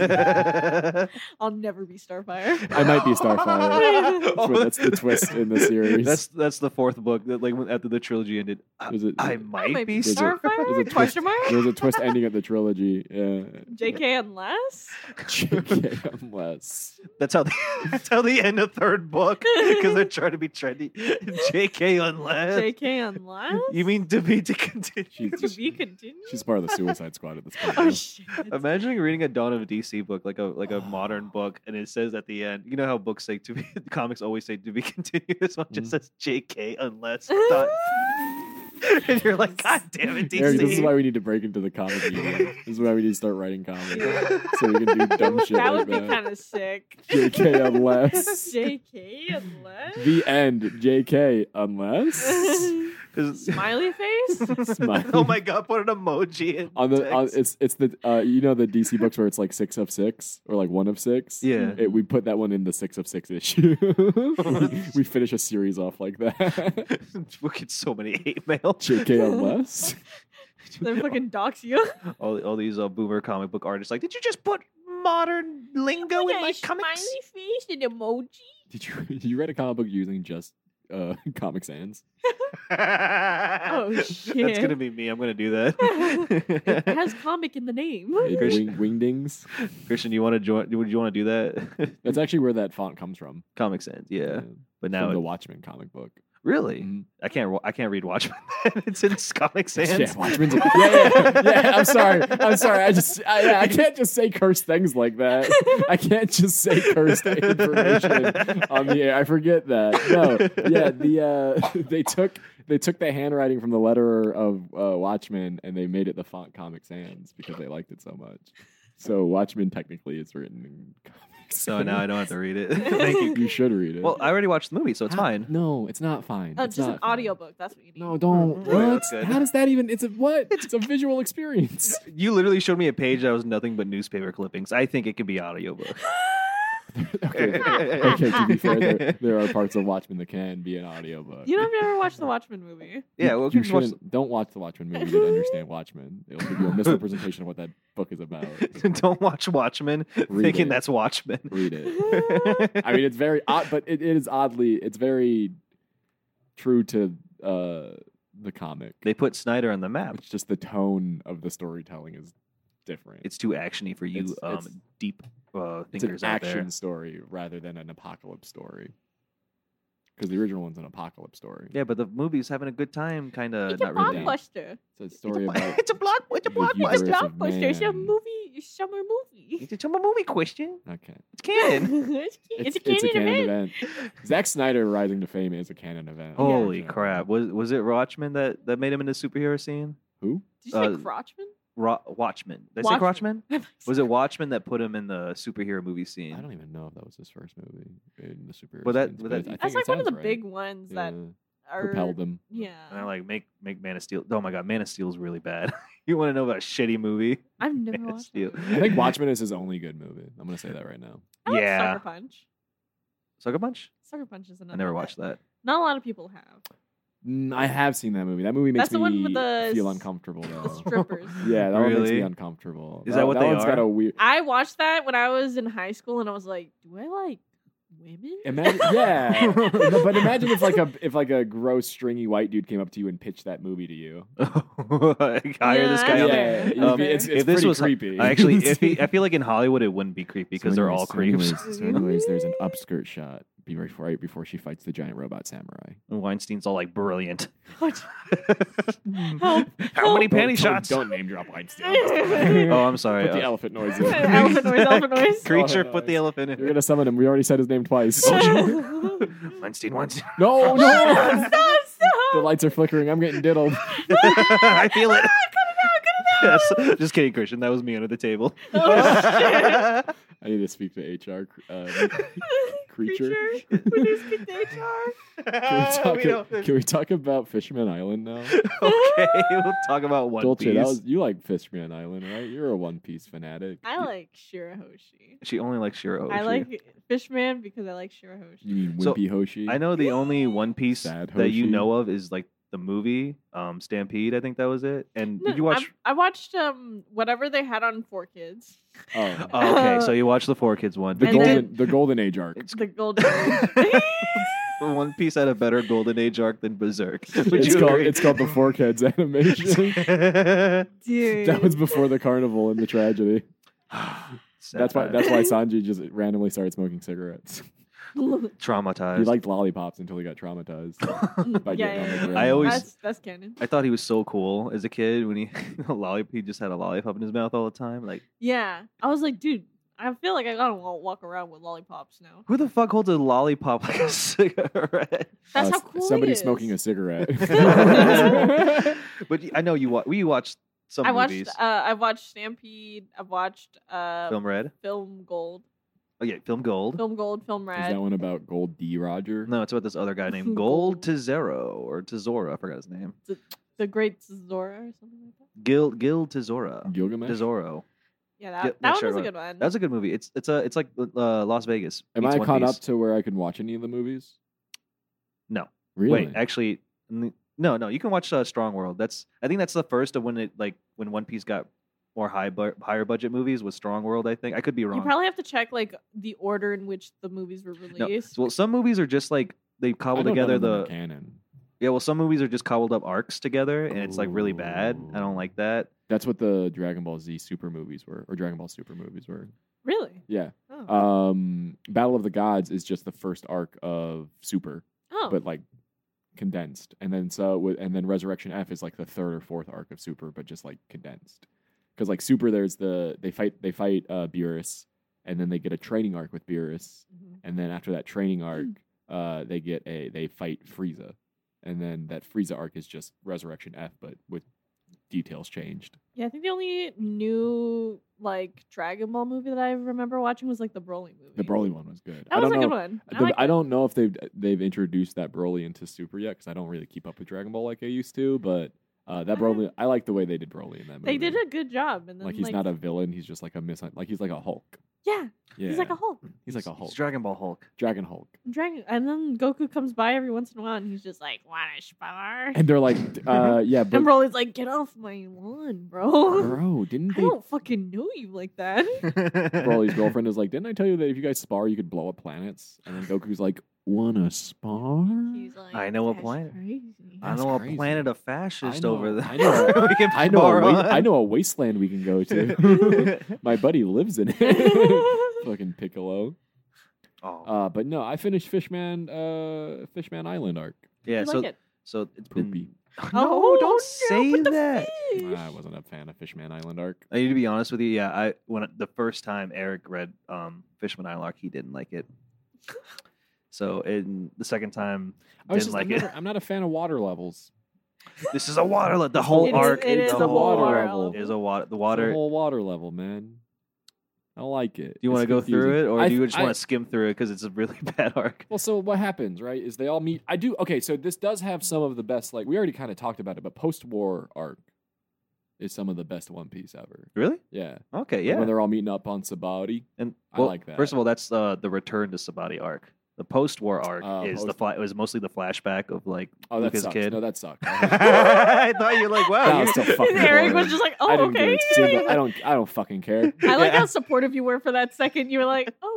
B: I,
D: [LAUGHS] I'll never
B: [LAUGHS]
D: be Starfire. [LAUGHS]
C: I might be Starfire.
D: That's
C: what- that's the twist in the series.
B: That's that's the fourth book that like when- after the trilogy ended. I,
C: Is it-
B: Uh, I might,
D: might
B: be
D: be
C: There's a-
B: Starfire.
C: there's a
D: Starfire?
C: twist-
D: Question
B: [LAUGHS]
D: mark?
C: There's a twist ending of the trilogy. Yeah. [LAUGHS]
D: JK unless
B: [LAUGHS]
C: JK, unless.
B: That's how they, [LAUGHS] that's how they end the third book because they're trying to be trendy. [LAUGHS] Jk unless
D: JK unless
B: [LAUGHS] you mean to be to continue.
C: She's,
D: to
B: [LAUGHS]
D: be continued.
C: she's part of the Suicide Squad at this point.
D: oh
C: now.
D: shit. [LAUGHS]
B: Imagining reading a Dawn of DC book, like a like a
C: [SIGHS]
B: modern book, and it says at the end, you know how books say to be [LAUGHS] comics always say to be [LAUGHS] continued. This one
C: Mm-hmm.
B: just says J.K.
D: [LAUGHS]
B: unless dot. [LAUGHS] and you're like, God damn it, DC.
C: Eric, this is why we need to break into the comic
D: [LAUGHS]
C: medium. This is why we need to start writing comics. So we can do dumb shit
D: that
C: like
D: would be
C: that.
D: kind of sick.
C: JK
D: [LAUGHS]
C: unless.
D: JK unless
C: the end. JK
D: [LAUGHS]
C: unless.
B: [LAUGHS] [LAUGHS] Cause-
D: smiley face.
B: [LAUGHS]
C: Smiley.
B: oh my God, put an emoji in
C: On the on,
B: text.
C: it's it's the uh, you know the DC books where it's like six of six or like one of six. [LAUGHS]
B: yeah. [LAUGHS]
C: It, we put that one in the six of six issue. [LAUGHS] we finish a series off like that. [LAUGHS]
B: we get so many hate mail. [LAUGHS]
C: JK
D: [LAUGHS]
C: unless.
D: Then fucking dox you.
B: all, all these uh, boomer comic book artists like, did you just put modern lingo in my comics?
D: face and emoji.
B: [LAUGHS]
C: Did you you read a comic book using just uh Comic Sans?
B: [LAUGHS] oh That's
D: shit.
B: gonna be me. I'm gonna do that.
D: It [LAUGHS] has comic in
B: [LAUGHS]
D: the name.
C: Hey, Wing, wingdings.
B: Christian, you want to join? Would you want to do that? [LAUGHS]
C: That's actually where that font comes from. Uh,
B: Comic Sans, yeah. But
C: from
B: now,
C: the
B: it,
C: Watchmen comic book.
B: Really?
C: Mhm.
B: I can't. I can't read Watchmen. [LAUGHS] it's in Comic Sans.
C: Yeah, Watchmen's- yeah, yeah, yeah, yeah, I'm sorry. I'm sorry. I just I,
B: [LAUGHS]
C: yeah, I can't just say cursed things like that. I can't just say cursed information on the air. I forget that. No, yeah, the uh, [LAUGHS] they took they took the handwriting from the letterer of uh, Watchmen and they made it the font Comic Sans because they liked it so much. So Watchmen technically is written in Comic
B: [LAUGHS]
C: [LAUGHS]
B: So now I don't have to read it.
D: Thank
B: Thank you.
D: you.
C: You should read it.
B: Well, I already watched the movie, so it's
C: How-
B: fine.
C: No, it's not fine.
D: Oh,
C: It's
D: just an
C: not fine.
D: audiobook. That's what you need.
C: No, don't.
B: Okay,
C: What?
B: that's good.
C: How does that even? It's a what? It's a visual experience.
B: You literally showed me a page that was nothing but newspaper clippings. I think it could be audiobook.
C: [LAUGHS]
B: [LAUGHS]
C: okay. okay, to be fair, [LAUGHS] there, there are parts of Watchmen that can be an audiobook.
D: You don't
B: [LAUGHS]
D: ever watch the Watchmen movie.
B: yeah, well,
C: You
B: people watch
C: shouldn't- don't watch the Watchmen movie to understand Watchmen. It'll give you a misrepresentation of what that book is [LAUGHS] about.
B: [LAUGHS] don't watch Watchmen
C: Read
B: thinking
C: it.
B: that's Watchmen.
C: Read
D: [LAUGHS]
C: it. [LAUGHS]
B: Uh,
C: I mean, it's very odd, but it, it is oddly, it's very true to uh, the comic.
B: they put Snyder on the map.
C: It's just the tone of the storytelling is different.
B: It's too actiony for you
C: It's-
B: um,
C: it's-
B: deep uh,
C: it's an
B: thinkers out
C: action story rather than an apocalypse story. Because the original one's an apocalypse story.
B: there. Yeah, but the movie's having a good time, kind of.
D: it's a
B: Not really.
D: blockbuster.
C: [LAUGHS] It's a
B: It's a,
C: story
D: [LAUGHS]
C: about
B: it's a block. It's a
C: the
D: It's a
B: blockbuster.
C: universe of
D: blockbuster. It's a
C: man.
D: movie. It's summer movie.
B: It's a movie question.
C: Okay.
B: It's
C: [LAUGHS]
D: [LAUGHS]
B: canon.
D: it's, it's, a
C: it's
D: canon event.
C: event. Zack Snyder rising to fame is a canon event.
B: Holy
C: Oh, Yeah.
B: crap! Was was it Watchmen that, that made him into superhero scene?
C: Who?
D: Did you say
B: Uh,
D: Crotchman?
B: Ro- Watchmen. Did I say Watchmen?
D: [LAUGHS] Watchmen.
B: Was it Watchmen that put him in the superhero movie
C: I
B: scene?
C: don't even know if that was his first movie in the superhero.
B: Well, that-
C: sense,
B: well,
C: but
B: that-
C: I
D: That's
C: think
D: like
C: it
D: one of the
C: sounds right.
D: big ones that
C: Yeah.
D: are
C: propelled him.
D: Yeah,
B: And I like make make Man of Steel. Oh my god, Man of Steel is really bad. [LAUGHS] you want to know about a shitty movie? [LAUGHS]
D: I've never
B: Man of
D: watched.
B: Steel.
D: That movie.
C: I think Watchmen is his only good movie. I'm gonna say that right now.
D: I like
B: Yeah.
D: Sucker Punch.
B: [LAUGHS] Sucker Punch.
D: Sucker Punch is another.
B: I never
D: one
B: watched that.
D: Not a lot of people have.
C: Mm, I have seen that movie. That movie makes
D: That's the one
C: me
D: with the
C: feel
D: s-
C: uncomfortable.
D: The
C: Though.
D: [LAUGHS] strippers.
C: [LAUGHS] yeah, that one makes me
B: Really?
C: uncomfortable.
B: Is that what
C: that
B: they
C: one's Got
B: are?
C: a weird.
D: I watched that when I was in high school, and I was like, "Do I like women?" [LAUGHS]
C: Imagine, [LAUGHS] yeah, No, but imagine if like a if like a gross stringy white dude came up to you and pitched that movie to you.
B: I hire this guy. on
D: Yeah, I
B: the-
D: there.
C: it'd
B: Um,
C: be- it's,
B: if
C: it's
B: this
C: pretty
B: was- [LAUGHS]
C: creepy.
B: I
C: [LAUGHS]
B: actually, if he, I feel like in Hollywood it wouldn't be creepy because they're all creeps.
C: Anyways, so anyways, there's [LAUGHS] an upskirt shot be- right before, right before she fights the giant robot samurai.
B: And [LAUGHS] Weinstein's all like brilliant.
D: [LAUGHS] What?
B: [LAUGHS] How many
C: Don't-
B: panty
C: don't-
B: shots?
C: Don't name drop [LAUGHS] Weinstein.
B: Oh,
C: Put
B: I'm sorry.
C: the
B: uh,
C: elephant noise in.
D: [LAUGHS] elephant noise, elephant noise.
B: Creature,
C: Elephant
B: put the
C: noise.
B: elephant in.
C: [LAUGHS] You're gonna summon him. We already said his name twice. [LAUGHS]
B: [LAUGHS] Weinstein,
D: [LAUGHS]
B: Weinstein.
D: Ah,
C: no, no. [LAUGHS]
D: stop, stop.
C: the lights are flickering. I'm getting diddled. [LAUGHS]
B: [LAUGHS] I feel it. Yes. Just kidding, Christian. That was me under the
D: [LAUGHS]
B: table.
D: Oh,
B: [LAUGHS]
C: I need to speak to HR. Uh, Creature.
D: When you speak to HR.
C: can, we
B: [LAUGHS]
C: talk,
B: We don't-
C: [LAUGHS] can we talk about Fisherman Island now?
B: okay, we'll talk about One
C: Dolce, that
B: Piece.
C: was, you like Fisherman Island, right? You're a One Piece fanatic.
D: I like Shirahoshi.
B: Oh, She only likes Shiro.
D: I
B: Oshi.
D: like Fishman because I like Shirahoshi.
C: You mean
B: So,
C: Wimpy Hoshi?
B: I know the only One Piece
C: Sad
B: that you
C: Hoshi.
B: know of is like the movie um, Stampede. I think that was it. And
D: No,
B: did you watch?
D: I'm- I, watched um whatever they had on Four Kids.
C: Oh.
B: Oh, okay,
D: [LAUGHS]
B: so you watched the Four Kids one.
C: The
D: And
C: golden,
D: then-
C: the golden age arc.
D: It's [LAUGHS] the golden.
B: [LAUGHS]
D: Age.
B: one Piece had a better Golden Age arc than Berserk. Would
C: [LAUGHS] It's
B: you
C: called,
B: agree?
C: it's called the Four
B: [LAUGHS] [SIGHS]
C: Kids animation.
D: Dude.
C: that
D: [LAUGHS]
C: was before the carnival and the tragedy. That's why. That's why Sanji just randomly started smoking cigarettes.
B: traumatized.
C: He liked lollipops until he got traumatized. by
D: Yeah,
C: getting on the
D: yeah, yeah.
C: ground.
B: I always-
D: that's, that's canon.
B: I thought he was so cool as a kid when he [LAUGHS] lollipop. He just had a lollipop in his mouth all the time. Like,
D: Yeah, I was like, dude, I feel like I gotta wa- walk around with lollipops now.
B: who the fuck holds a lollipop like a [LAUGHS] cigarette?
D: [LAUGHS]
B: [LAUGHS]
D: That's
C: Uh,
D: how
C: s-
D: cool.
C: Somebody
D: it is.
C: smoking a cigarette. [LAUGHS]
B: but I know you watch. We watched some
D: I watched.
B: movies.
D: Uh, I watched Stampede. I've watched uh, film.
B: Film Red.
D: Gold,
B: Oh yeah, Film Gold.
D: Film Gold, Film
C: Is
D: Red.
C: that one about Gold D. Roger?
B: No, it's about this other guy named Gold
D: Gold.
B: Tezero or Tezora. I forgot his name.
D: the Great Zora or something like that.
B: Gil Gil Tezora.
C: Gilgamesh.
B: Tezoro.
D: Yeah, that,
B: Yeah,
D: that
B: sure,
D: one was a
B: right.
D: good one.
B: That's a good movie. It's it's a it's like uh, Las Vegas.
C: Am
B: meets
C: I
B: One
C: caught
B: Piece.
C: up to where I can watch any of the movies?
B: No.
C: Really?
B: Wait, actually, n- no, no. You can watch uh, Strong World. That's I think that's the first of when it like when One Piece got more high bu- higher budget movies was Strong World. I think I could be
D: you
B: wrong.
D: probably have to check like the order in which the movies were
B: No,
D: released.
B: Well, some movies are just like they
C: I
B: cobble
C: know none
B: together
C: of them are
B: the
C: canon.
B: yeah. Well, some movies are just cobbled up arcs together, and it's like really bad. I don't
C: Ooh.
B: like that.
C: That's what the Dragon Ball Z Super movies were, or Dragon Ball Super movies were.
D: really?
C: Yeah.
D: Oh,
C: Uh, Um, Battle of the Gods is just the first arc of Super,
D: Oh.
C: but like condensed, and then so with- and then Resurrection F is like the third or fourth arc of Super, but just like condensed. Because like Super, there's the they fight they fight uh, Beerus, and then they get a training arc with Beerus,
D: Mm-hmm.
C: and then after that training arc,
D: Hmm.
C: uh, they get a they fight Frieza, and then that Frieza arc is just Resurrection F, but with details changed.
D: Yeah, I think the only new like Dragon Ball movie that I remember watching was like the Broly movie.
C: The Broly one was good.
D: That
C: I
D: was
C: don't
D: a
C: know.
D: good one. I,
C: the-
D: liked
C: I
D: it.
C: don't know if they've they've introduced that Broly into Super yet because I don't really keep up with Dragon Ball like I used to. But uh, that
D: I
C: Broly,
D: don't-
C: I like the way they did Broly in that movie.
D: They did um, a good job, and then
C: Like he's not a villain. He's just like a mis. Like he's like a Hulk.
D: yeah,
C: Yeah,
D: He's like a Hulk.
C: He's like a Hulk.
B: Dragon Ball Hulk.
C: Dragon Hulk.
D: Dragon, and then Goku comes by every once in a while, and he's just like, "Want a spar?"
C: And they're
D: [LAUGHS]
C: like, uh, yeah,
D: And
C: but
D: Broly's like, "Get off my lawn, bro!
C: bro, didn't
D: [LAUGHS] I
C: they?
D: don't fucking know you like that."
B: [LAUGHS]
C: Broly's
B: Broly's
C: girlfriend is like, didn't I tell you that if you guys spar, you could blow up planets? And then Goku's like, wanna spar?
D: He's like,
B: I know a Uh,
D: "That's
B: planet."
D: Crazy. [LAUGHS]
B: [LAUGHS] I
C: That's
B: know
C: crazy.
B: a planet of
C: I
B: fascists
C: know-
B: over there. [LAUGHS]
C: I know-
B: we can
C: [LAUGHS] I know, a
B: borrow
C: wa-
B: on.
C: I know a wasteland we can
B: [LAUGHS]
C: go to. My buddy lives in it. Fucking Piccolo.
B: oh.
C: Uh, but no, I finished Fishman uh, Fishman Island arc.
B: yeah.
D: You
B: so
D: like it?
B: so it's
C: Poopy.
B: been. [LAUGHS] no,
D: no,
B: don't say
D: with the
B: that.
D: fish.
C: I wasn't a fan of Fishman Island arc.
B: I need to be honest with you. Yeah, I when the first time Eric read um, Fishman Islark, he didn't like it. So in the second time,
C: I was
B: Didn't
C: just,
B: like
C: I'm,
B: it.
C: Not a, I'm not a fan of water levels.
B: this is a water. le- The whole
D: It is-
B: arc,
D: it is
B: the
D: a
B: whole
D: water
B: arc
D: level. [LAUGHS]
B: is a water. The
C: It's a
B: water. Do
C: whole water level, man. I don't like it.
B: you want to
C: It's
B: go
C: confusing.
B: through it, or
C: I-
B: do you just
C: I-
B: want to skim through it because
C: [LAUGHS]
B: it's a really bad arc?
C: Well, so what happens, right? Is they all meet. I do. Okay, so this does have some of the best. Like we already kind of talked about it, but post-war arc is some of the best One Piece ever.
B: Really?
C: Yeah,
B: Okay,
C: Like,
B: yeah.
C: when they're all meeting up on Sabaody.
B: And
C: I
B: well,
C: like that.
B: First of all, that's uh, the return to Sabati arc. The post-war arc
C: Uh,
B: is the
C: post-
B: fla- was mostly the flashback of
C: [LAUGHS]
B: like [LAUGHS]
C: Oh, that
B: Luca's
C: sucks.
B: kid.
C: No,
B: [LAUGHS]
C: that sucks. I hate it.
B: I thought you were like, wow,
C: That
B: you-
C: was
B: [LAUGHS]
C: so fucking
D: Eric
C: boring.
D: was
C: [LAUGHS]
D: just like,
C: I
D: "Oh,
C: didn't give
D: okay."
C: it a
D: [LAUGHS]
C: single- I don't. I don't fucking care.
D: I like
B: Yeah.
D: how supportive you were for that second. You were like, "Okay."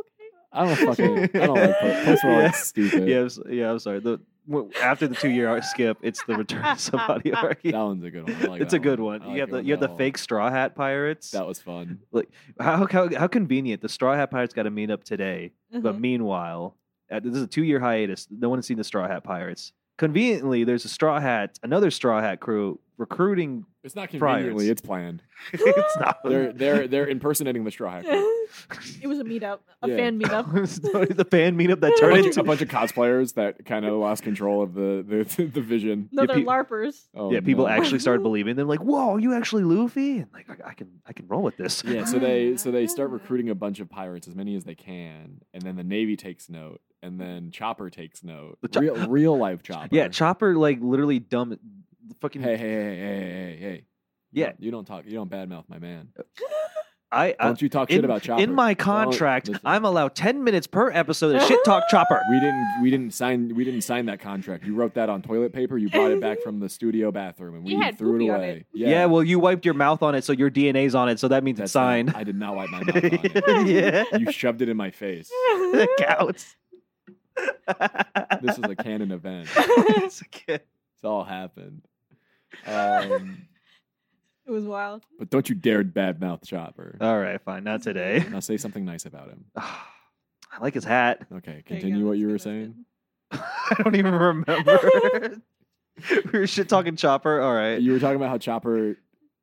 C: I don't fucking. I don't like post- post-war
B: Yeah. [LAUGHS]
C: arc's stupid.
B: Yeah, I'm, s- yeah, I'm sorry. The w- after the two year arc skip, it's the return of somebody
C: [LAUGHS]
B: arc.
C: That one's a good one. I like
B: it's
C: that
B: a good one.
C: one. I
B: You
C: like
B: have
C: it
B: the
C: when
B: you have
C: that
B: the
C: one-
B: fake Straw Hat Pirates.
C: That was fun.
B: How, how how convenient the Straw Hat Pirates got to meet up today,
D: Uh-huh. Mm-hmm.
B: but meanwhile, uh, this is a two year hiatus. No one has seen the Straw Hat Pirates. Conveniently, there's a Straw Hat, another Straw Hat crew recruiting.
C: It's not
B: Friars.
C: conveniently. It's planned.
B: [LAUGHS] it's not
C: They're they're they're impersonating the Straw Hat. Crew.
D: [LAUGHS] it was a meetup, a
C: Yeah.
B: [LAUGHS]
D: fan meetup.
B: the fan meetup
C: [LAUGHS]
B: that
C: A
B: turned
C: bunch, a
B: into
C: bunch of cosplayers that kind of lost control of the the, [LAUGHS] the vision.
D: No,
B: Yeah,
D: they're
B: pe-
D: larpers. [LAUGHS]
B: [LAUGHS]
C: Oh,
B: yeah,
C: [LAUGHS]
B: people
C: no.
B: actually started believing them. Like, whoa, are you actually Luffy? And like, I, I can I can roll with this.
C: Yeah, so they so they start recruiting a bunch of pirates, as many as they can, and then the Navy takes note, and then Chopper takes note.
B: The Cho-
C: real, real life Chopper.
B: [LAUGHS] Yeah, Chopper like literally dumb, fucking.
C: hey, hey, hey, hey, hey, hey, hey. You
B: Yeah.
C: don't- you don't talk. You don't badmouth my man.
B: I, I
C: Don't you talk
B: in,
C: shit about Chopper.
B: in my
C: Don't-
B: contract,
C: listen.
B: I'm allowed ten minutes per episode of shit talk Chopper.
C: [LAUGHS] We didn't. We didn't sign. We didn't sign that contract. You wrote that on toilet paper. You brought
B: [LAUGHS]
C: it back from the studio bathroom, and we
D: You had
C: threw
D: poopy
C: it
D: on
C: away.
D: it.
B: Yeah. well, you wiped your mouth on it, so your DNA's on it, so that means it's
C: not-
B: signed.
C: I did not wipe my [LAUGHS] mouth on
B: [LAUGHS]
C: it.
B: yeah,
C: You shoved it in my face. [LAUGHS]
B: that counts.
C: This is a canon event.
B: [LAUGHS] It's okay.
C: It's all happened. Um,
D: it was wild.
C: but don't you dare badmouth Chopper.
B: All right, fine, not
C: [LAUGHS]
B: today.
C: Now say something nice about him.
B: [SIGHS] I like his
C: [LAUGHS]
B: hat.
C: Okay,
D: There
C: continue
D: go,
C: what
D: that's
C: you were
D: good, that's
C: saying.
B: I don't even remember. [LAUGHS] we were shit talking Chopper. All right.
C: You were talking about how Chopper
D: good.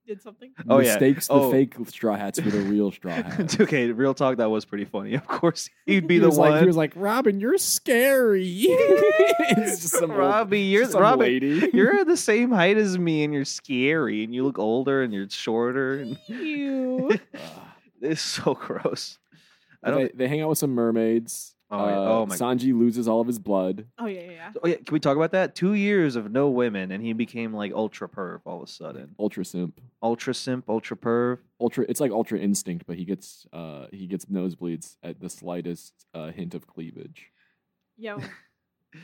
D: Did something.
B: Oh, yeah.
C: mistakes the
B: Oh.
C: fake straw hats for the
B: [LAUGHS]
C: real straw hats.
B: okay, real talk. That was pretty funny. Of
C: [LAUGHS]
B: course, he'd be
C: he
B: the
C: was
B: one.
C: Like, he was like, Robin, you're scary. [LAUGHS] it's just some old-
B: Robbie, you're
C: just some
B: Robbie,
C: lady.
B: [LAUGHS]
C: [LAUGHS]
B: You're the same height as me, and you're scary, and you look older, and you're shorter. And [LAUGHS]
D: You.
C: Ugh.
B: it's so gross. I
C: They,
B: don't.
C: they hang out with some mermaids.
B: Oh, yeah.
C: Uh,
B: Oh, my-
C: Sanji loses all of his blood.
D: Oh yeah, yeah, yeah.
B: Oh yeah, can we talk about that? Two years of no women, and he became like ultra perv all of a sudden.
C: Ultra simp.
B: Ultra simp, ultra perv.
C: Ultra. It's like ultra instinct, but he gets uh he gets nosebleeds at the slightest uh, hint of cleavage.
D: [LAUGHS] Yeah.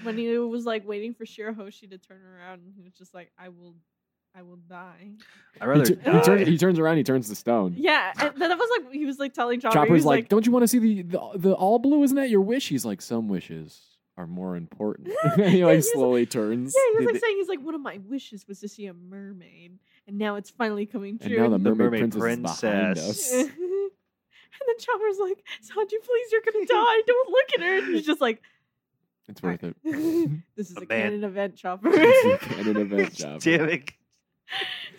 D: When he was like waiting for Shirahoshi to turn around, and he was just like, "I will, I will die."
B: I
C: He,
B: rather.
C: tu- he
B: [LAUGHS]
C: turns,
B: die.
C: he turns around. He turns to stone.
D: [LAUGHS] Yeah, and then that was like he was like telling Chopper, he
C: Chopper's
D: was
C: like, "Don't you want to see the, the the all blue? Isn't that your wish?" He's like, "Some wishes are more important." [LAUGHS] And he
D: Yeah,
C: like
D: he's-
C: slowly turns.
D: Yeah, he was
B: Did
D: like
B: they-
D: saying he's like one of my wishes was to see a mermaid, and now it's finally coming
C: And
D: true. [LAUGHS]
C: now the
B: The mermaid
C: mermaid, princess, is behind
B: princess.
C: us.
D: and [LAUGHS] then Chopper's like, "Sanji, please, you're gonna die! Don't look at her." And he's just like,
C: It's worth it.
D: [LAUGHS] this is
B: But
D: a
B: man-
D: canon event, Chopper. [LAUGHS]
C: It's a canon event job.
B: Damn it.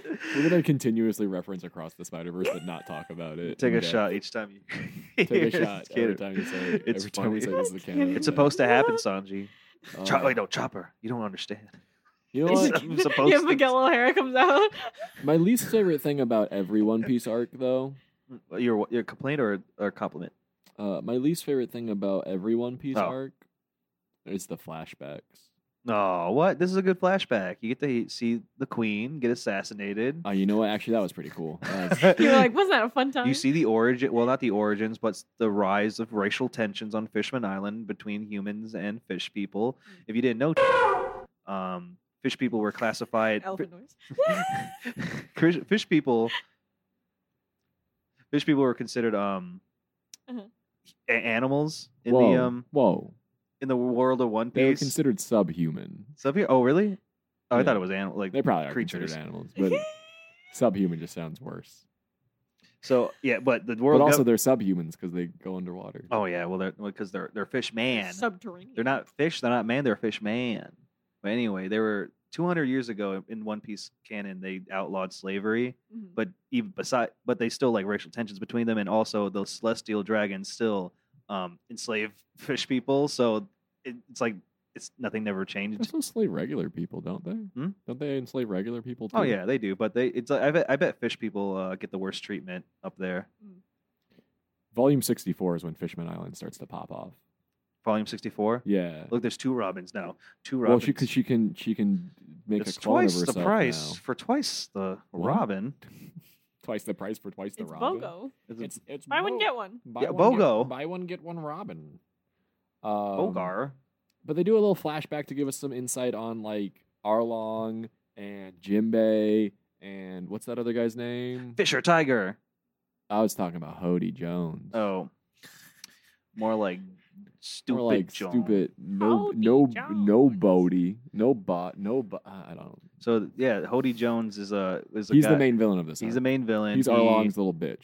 B: [LAUGHS]
C: We're gonna continuously reference across the Spider Verse, but not talk about it.
B: Take
C: in
B: a
C: depth.
B: shot each time you [LAUGHS]
C: Take
B: It's
C: a shot every
B: canon.
C: time you say. it.
B: It's
C: every time we say
B: funny.
C: this is a canon.
B: [LAUGHS]
D: It's
B: It's
C: event.
B: supposed to happen,
C: [LAUGHS]
B: Sanji.
C: Uh,
B: Chop wait, no, Chopper. You don't understand.
C: You know
B: It's
C: what?
B: not- I'm supposed
D: yeah,
B: to-
D: Miguel O'Hara comes out.
C: My least favorite thing about every One Piece arc, though,
B: Mm, Your your complaint or or compliment?
C: uh, my least favorite thing about every One Piece
B: Oh.
C: arc is the flashbacks.
B: No, what? This is a good flashback. You get to see the queen get assassinated. [LAUGHS]
C: Oh, you know what? Actually, that was pretty cool. That was-
D: You're like, wasn't that a fun time?
B: You see the origin, well, not the origins, but the rise of racial tensions on Fishman Island between humans and fish people.
D: Mm.
B: If you didn't know, [LAUGHS] um, fish people were classified.
D: elephant noise.
B: [LAUGHS] Fish- fish people. Fish people were considered um,
D: Uh-huh.
B: a- animals in
C: whoa,
B: the um
C: whoa!
B: in the world of One
C: They were
B: Piece.
C: considered subhuman.
B: Sub here? Oh, really? Oh, I
C: Yeah.
B: thought it was animal. Like
C: They probably are
B: creatures.
C: considered animals,
D: [LAUGHS]
B: [LAUGHS]
C: but subhuman just sounds worse.
B: so, yeah, but the world.
C: but
B: gov-
C: also, they're subhumans because they go underwater.
B: oh yeah, well, they're because they're they're fish man.
D: Subterranean.
B: They're not fish. They're not man. They're fish man. But anyway, they were 200 years ago in One Piece canon. They outlawed slavery,
D: Mhm.
B: but even beside, but they still like racial tensions between them, and also those celestial dragons still um, enslave [LAUGHS] fish people. So it, it's like it's nothing never
C: They
B: changed.
C: also enslave regular people, don't they?
B: Hmm?
C: Don't they enslave regular people too?
B: Oh yeah, they do. But they, it's I bet, I bet fish people uh, get the worst treatment up there.
C: Volume 64 is when Fishman Island starts to pop off.
B: Volume 64.
C: Yeah.
B: Look, there's two Robins now. Two Robins.
C: well, she cause she can she can make
B: it's
C: a clone
B: twice
C: of
B: the
C: herself
B: price
C: now.
B: for twice the
C: What?
B: Robin.
C: [LAUGHS] Twice the price for twice the
D: it's
C: Robin.
D: BOGO.
B: It's
C: It's it's
D: I
C: Bo-
D: wouldn't get one.
C: buy
B: Yeah,
C: one,
B: BOGO.
C: Get, buy one get one Robin. Um,
B: Bogar.
C: But they do a little flashback to give us some insight on like Arlong and Jimbei and what's that other guy's name?
B: Fisher Tiger.
C: I was talking about Hody Jones.
B: Oh, more like stupid.
C: Or like
B: John.
C: stupid no
D: Hody
C: no no
D: Jones.
C: Bodie no bot no bo- I don't.
B: So th- yeah, Hody Jones is a is a
C: he's
B: guy-
C: the main villain of this.
B: he's
C: arc.
B: the main villain.
C: He's
B: he,
C: Arlong's little bitch.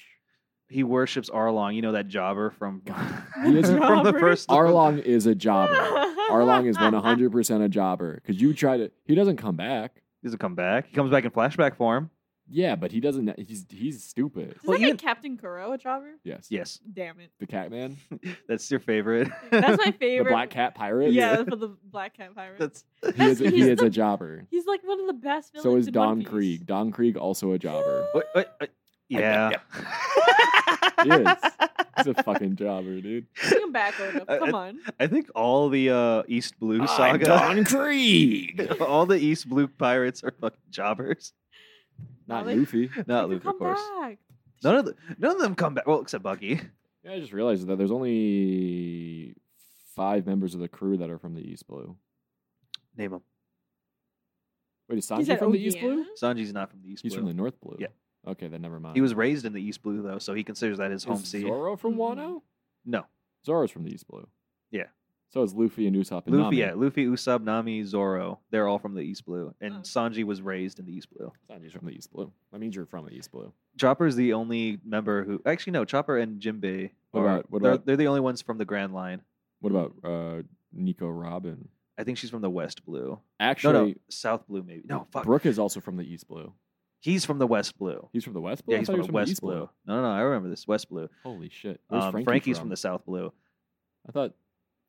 B: He worships Arlong. You know that jobber from
C: [LAUGHS]
B: [LAUGHS]
C: He is-
B: from the
D: Jobber?
B: first
C: Arlong is a
D: [LAUGHS]
C: jobber. Arlong is 100% a jobber because you try to. He doesn't come back.
B: He doesn't come back. He comes back in flashback form.
C: Yeah, but he doesn't. He's he's stupid.
D: Is
B: Well,
D: that guy
B: even-
D: Captain Kuro a jobber?
C: Yes.
B: Yes, [LAUGHS]
C: [LAUGHS]
D: Damn it.
C: The cat
D: [LAUGHS]
C: man,
B: that's your favorite.
D: That's my
C: the
D: favorite.
C: black cat pirate.
D: Yeah, for the black cat
B: [LAUGHS]
D: pirate.
B: That's
D: [LAUGHS]
C: He is,
D: He's
C: he is
D: the-
C: a jobber.
D: He's like one of the best villains.
C: So is
D: in One
C: Don
D: Piece.
C: Krieg. Don Krieg also a
D: [LAUGHS]
C: jobber.
B: wait, wait, wait. yeah. [LAUGHS]
C: He is. He's a fucking jobber, dude.
D: Bring him
B: [LAUGHS]
D: back, Oda.
B: I-
D: Come on.
B: I think all the uh, East Blue
C: I'm
B: saga.
C: Don Krieg.
B: [LAUGHS] all the East Blue pirates are fucking jobbers.
C: Not
D: Like-
C: Luffy.
B: Not
D: Like,
B: Luke,
D: come
B: of course.
D: Back.
B: None of the, none of them come back. Well, except Bucky.
C: Yeah, I just realized that there's only five members of the crew that are from the East Blue.
B: Name him.
C: Wait, is
D: He
C: Sanji
D: said,
C: from
D: "Oh,
C: the East
D: yeah?"
C: Blue?
B: Sanji's not from the East
C: He's
B: Blue.
C: from the North Blue.
B: Yeah.
C: Okay, then never mind.
B: He was raised in the East Blue though, so he considers that his home
C: is
B: sea.
C: Zoro from
D: Mhm.
C: Wano?
B: No,
C: Zoro's from the East Blue.
B: Yeah.
C: So is Luffy and Usopp and
B: Luffy.
C: Nami.
B: Yeah, Luffy, Usopp, Nami, Zoro. They're all from the East Blue, and
D: Oh.
B: Sanji was raised in the East Blue.
C: Sanji's from the East Blue. That means you're from the East Blue.
B: Chopper's the only member who actually no. Chopper and Jinbei.
C: What
B: are-
C: about- what
B: they're,
C: about-
B: they're the only ones from the Grand Line.
C: What about uh, Nico Robin?
B: I think she's from the West Blue.
C: Actually,
B: no, no, South Blue maybe. No, fuck.
C: Brook is also from the East Blue.
B: He's from the West Blue.
C: He's from the West Blue?
B: Yeah,
C: I
B: he's
C: thought
B: from
C: he
B: the
C: was
B: West
C: East
B: Blue. No, no, no. I remember this West Blue.
C: Holy shit. Where's
B: Um,
C: Frankie
B: Frankie's
C: from?
B: from the South Blue.
C: I thought.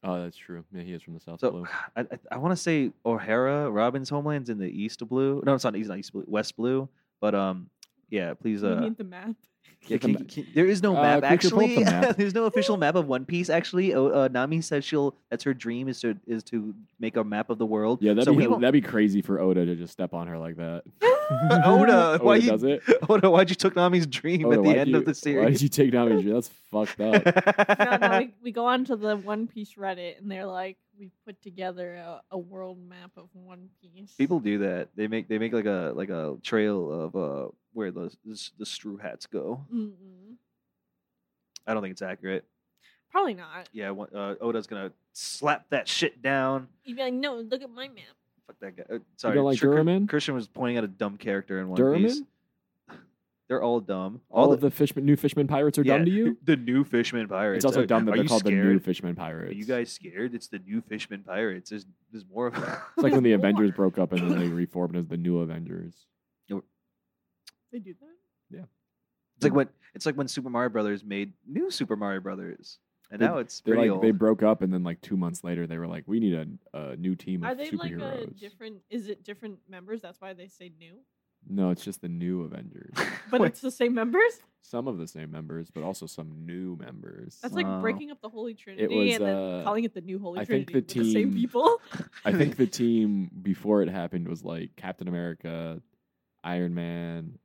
C: Oh, that's true. Yeah, he is from the South
B: So
C: [LAUGHS] Blue.
B: I, I, I want to say O'Hara Robin's homeland's in the East Blue. No, it's not East, not East Blue, West Blue. But um, yeah, please.
D: You
B: Uh,
D: need the map. [LAUGHS]
B: yeah,
C: Get the
B: can-
C: ma-
B: can- there is no
C: Uh,
B: map
C: could you pull up
B: actually.
C: the
B: [LAUGHS]
C: map?
B: There's no official map of One Piece actually. Oh, uh, Nami says she'll that's her dream is to is to make a map of the world.
C: Yeah, that'd,
B: so
C: be,
B: we won't-
C: that'd be crazy for Oda to just step on her
B: [LAUGHS]
C: like that. [LAUGHS]
B: Oda, why you- [LAUGHS]
C: does it?
B: Oda, why'd you took Nami's dream
C: Oda,
B: at
C: Oh, why'd
B: the end
C: you,
B: of the
C: Why
B: [LAUGHS]
C: did
B: series?
C: you uh, take Nami's dream? That's
B: [LAUGHS]
C: fucked up.
D: no,
C: [LAUGHS]
D: no, we, we go on to the One Piece Reddit and they're like, we put together a, a world map of One Piece.
B: People do that. They make they make like a like a trail of uh where the the Strew Hats go.
D: Mm-mm.
B: I don't think it's accurate.
D: Probably not.
B: Yeah, one- uh, Oda's gonna slap that shit down.
D: You'd be like, no, look at my map.
B: Fuck that guy. Uh, sorry,
C: like
B: Chri-
C: Duraman?
B: Christian was pointing out a dumb character in One
C: Duraman?
B: Piece. They're all dumb.
C: All, of the fishman, new fishman pirates are
B: yeah,
C: dumb to you.
B: [LAUGHS] The new Fishman Pirates.
C: It's also
B: Are-
C: dumb that
B: are
C: they're
B: you
C: called
B: scared?
C: the new fishman pirates.
B: Are you guys scared? It's the new Fishman Pirates. There's there's more of [LAUGHS] them.
C: It's like when
D: [LAUGHS]
C: the
D: Or-
C: Avengers broke up and then
D: [LAUGHS]
C: they reformed as the new Avengers.
D: They do that.
B: It's like when it's like when Super Mario Brothers made new Super Mario Brothers, and now it's
C: They
B: pretty
C: like
B: old.
C: they broke up and then like two months later they were like, we need a, a new team of
D: Are they like
C: superheroes.
D: a different? Is it different members? That's why they say
B: [LAUGHS]
D: new.
C: No, it's just the new Avengers.
D: But
B: Wait,
D: it's the same members.
C: some of the same members, but also some new members.
D: That's like
B: Wow.
D: breaking up the Holy Trinity
C: was,
D: and then
C: uh,
D: calling it the new Holy
C: I think
D: Trinity
C: the
D: with the same
C: team-
D: people. [LAUGHS]
C: I think the team before it happened was like Captain America, Iron Man,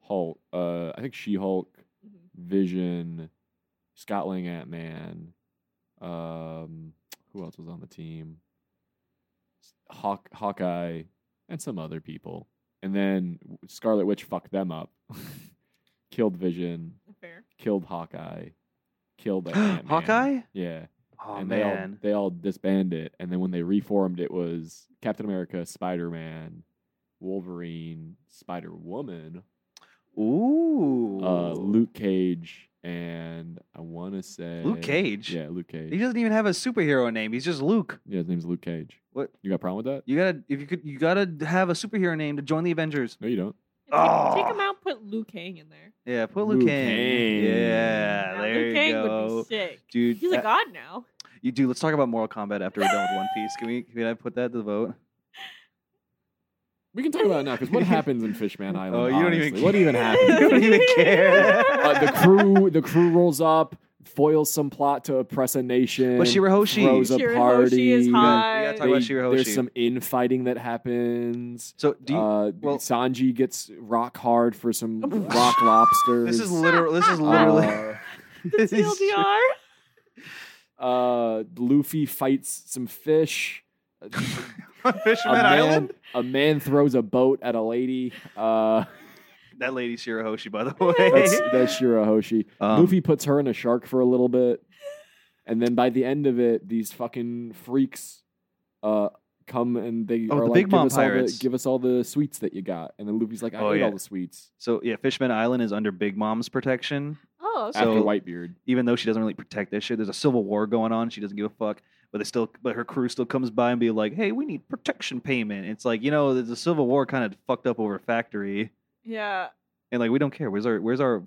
C: Hulk. Uh, I think She Hulk,
D: Mhm.
C: Vision, Scotland Ant Man. Um, who else was on the team? S- Hawk, Hawkeye, and some other people. And then w- Scarlet Witch fucked them up, [LAUGHS] killed Vision,
D: Fair.
C: killed Hawkeye,
B: [GASPS]
C: killed Ant-Man.
B: Hawkeye.
C: Yeah,
B: [LAUGHS] Oh
C: and
B: man,
C: they all they all disbanded. And then when they reformed, it was Captain America, Spider Man, Wolverine, Spider Woman,
B: ooh,
C: uh, Luke Cage, and I want to say
B: Luke Cage?
C: Yeah, Luke Cage.
B: He doesn't even have a superhero name. He's just Luke.
C: yeah, his name's Luke Cage.
B: What
C: You got a problem with that?
B: you gotta if you could you gotta have a superhero name to join the Avengers.
C: No, you don't.
D: Yeah, Take, take
B: Oh.
D: him out. Put Liu Kang in there. Mm,
B: Yeah, put Luke,
C: Liu
B: Kang.
C: Kang.
B: Yeah,
D: Now,
B: there
D: Liu
B: you
D: Kang
B: go,
D: would be sick.
B: dude.
D: He's a
B: that-
D: god now.
B: You do. Let's talk about Mortal Kombat after we're done with One Piece. Can we? Can I put that to the vote?
C: We can talk about it now because
B: [LAUGHS]
C: what happens in Fishman Island?
B: Oh, you don't even
C: honestly? What
B: care. [LAUGHS]
C: even
B: you
C: happens?
D: [LAUGHS]
B: don't even care.
C: [LAUGHS] uh, the crew, the crew rolls up, foils some plot to oppress a nation.
B: But Shirohoshi-
C: throws a
D: Shirahoshi
C: party.
D: is
B: gotta-
D: hot.
B: you gotta talk about
C: They-
B: Shirohoshi.
C: There's some infighting that happens.
B: So do you,
C: uh,
B: well-
C: Sanji gets rock hard
B: [LAUGHS]
C: for some rock lobsters.
B: this is literal. This is literally.
C: [LAUGHS]
B: [LAUGHS]
C: Uh,
D: the TLDR.
C: uh, Luffy fights some fish. A
B: Fisherman
C: man,
B: Island.
C: a man throws a boat at a lady. Uh,
B: That lady Shirahoshi, by the
C: that's,
B: way.
C: that's Shirahoshi.
B: [LAUGHS] Um,
C: Luffy puts her in a shark for a little bit, and then by the end of it, these fucking freaks uh, come and they
B: Oh,
C: are
B: the
C: like,
B: Big
C: give
B: Mom
C: us all the
B: pirates."
C: give us all the sweets that you got, and then Luffy's like, I
B: Oh,
C: ate
B: yeah.
C: all the sweets
B: So yeah, Fishman Island is under Big Mom's protection,
D: Oh, okay.
C: after
B: So-
C: Whitebeard.
B: even though she doesn't really protect that shit. There's a civil war going on. She doesn't give a fuck. But they still, but her crew still comes by and be like, "Hey, we need protection payment." It's like you know, there's a civil war kind of fucked up over factory,
D: yeah.
B: and like we don't care. Where's our? Where's our?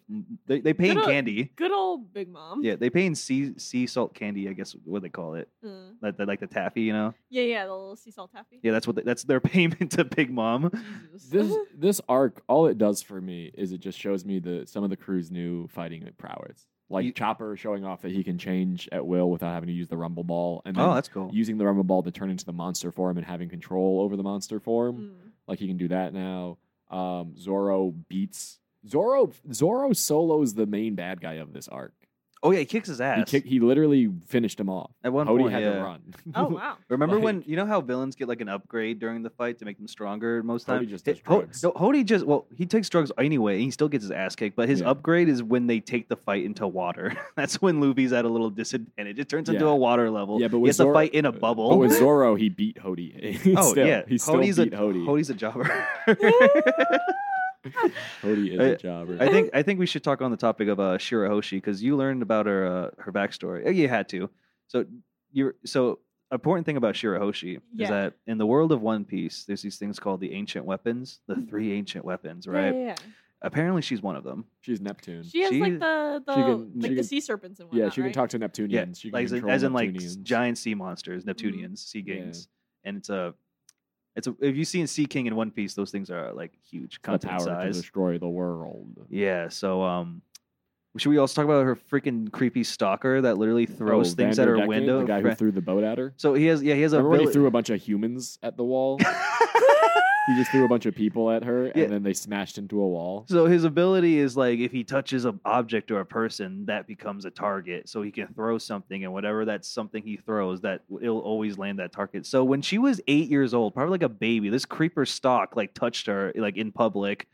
B: They they paying
D: Good old-
B: candy.
D: Good old Big Mom.
B: Yeah, they paying sea sea salt candy. I guess what they call it,
D: Uh,
B: like, like the taffy. You know,
D: yeah, yeah. The little sea salt taffy.
B: yeah, that's what they, that's their [LAUGHS] payment to Big Mom.
D: Jesus.
C: This this arc, all it does for me is it just shows me the some of the crew's new fighting prowess, like
B: You-
C: Chopper showing off that he can change at will without having to use the Rumble Ball, and then
B: Oh, that's cool.
C: using the Rumble Ball to turn into the monster form and having control over the monster form.
D: Mm.
C: Like he can do that now. Um, Zoro beats Zoro. Zoro solos the main bad guy of this arc.
B: Oh yeah, he kicks his ass.
C: He kick, He literally finished him off.
B: At one
C: Cody
B: point,
C: had
B: yeah. [LAUGHS]
C: to run. [LAUGHS]
D: Oh wow.
B: Remember
C: Like-
B: when you know how villains get like an upgrade during the fight to make them stronger most
C: Hody
B: times?
C: just does
B: It- Ho-
C: drugs.
B: no, Hody just well, he takes drugs anyway, and he still gets his ass kicked. But his
C: Yeah.
B: upgrade is when they take the fight into water. [LAUGHS] That's when Luffy's at a little disadvantage. It turns into
C: Yeah.
B: a water level.
C: yeah, but
B: he
C: with
B: has to
C: Zoro-
B: fight in a
C: But
B: bubble.
D: Oh.
C: with Zoro, he beat Hody.
B: [LAUGHS]
C: [LAUGHS]
B: oh
C: Still,
B: yeah,
C: he still
B: Hody's
C: beat
B: a
C: Hody.
B: Hody's a jobber. [LAUGHS]
C: Hody is
B: I-
C: a jobber.
B: I
D: [LAUGHS]
B: think I think we should talk on the topic of uh, Shirahoshi because you learned about her uh, her backstory. Oh, You had to. So you're so important thing about Shirahoshi
D: Yeah.
B: is that in the world of One Piece, there's these things called the ancient weapons, the three ancient weapons, right?
D: Mm-hmm. Yeah, yeah,
B: Apparently, she's one of them.
C: She's Neptune.
D: yeah. She has
B: She-
D: like the the
C: she can-
D: like
C: she
D: the
C: can-
D: sea serpents and whatnot.
C: yeah, she
D: right?
C: can talk to Neptunians.
B: Yeah,
C: She can
B: like as in,
C: control
B: as in, like s-
C: Neptunians.
B: giant sea monsters,
D: Mm-hmm.
B: Neptunians, sea
C: Yeah.
B: kings, and it's a it's a if you've seen Sea King in One Piece, those things are like huge,
C: It's the
B: content
C: power to
B: size.
C: destroy the world.
B: Yeah, so um should we also talk about her freaking creepy stalker that literally throws
C: Oh,
B: things at her
C: Vanderdecken,
B: window?
C: The guy who
B: Fra-
C: threw the boat at her.
B: so he has yeah, he has a
C: Remember when he
B: ability.
C: threw [LAUGHS] a bunch of humans at the wall? he just threw a bunch of people at her, and
B: Yeah.
C: then they smashed into a wall.
B: [LAUGHS] so his ability is like if he touches an object or a person, that becomes a target. So he can throw something and whatever that something he throws, that it'll always land that target. So when she was 8 years old, probably like a baby, this creeper stalk like touched her like in public,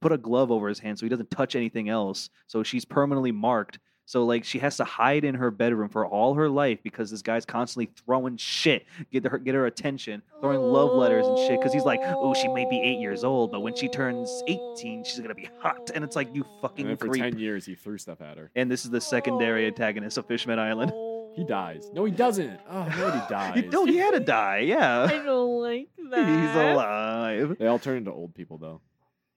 B: put a glove over his hand so he doesn't touch anything else. So she's permanently marked So like she has to hide in her bedroom for all her life because this guy's constantly throwing shit, get her get her attention, throwing love letters and shit. Because he's like, oh, she may be eight years old, but when she turns eighteen, she's gonna be hot. And it's like you
C: And
B: fucking
C: then for
B: creep.
C: ten years, he threw stuff at her.
B: and this is the secondary antagonist of Fishman Island.
D: Oh.
C: He dies. No, he
D: [LAUGHS]
C: doesn't. Oh, no, he dies.
B: [LAUGHS] He- no, he had to die. Yeah,
D: I don't like that.
B: [LAUGHS] he's alive.
C: They all turn into old people though,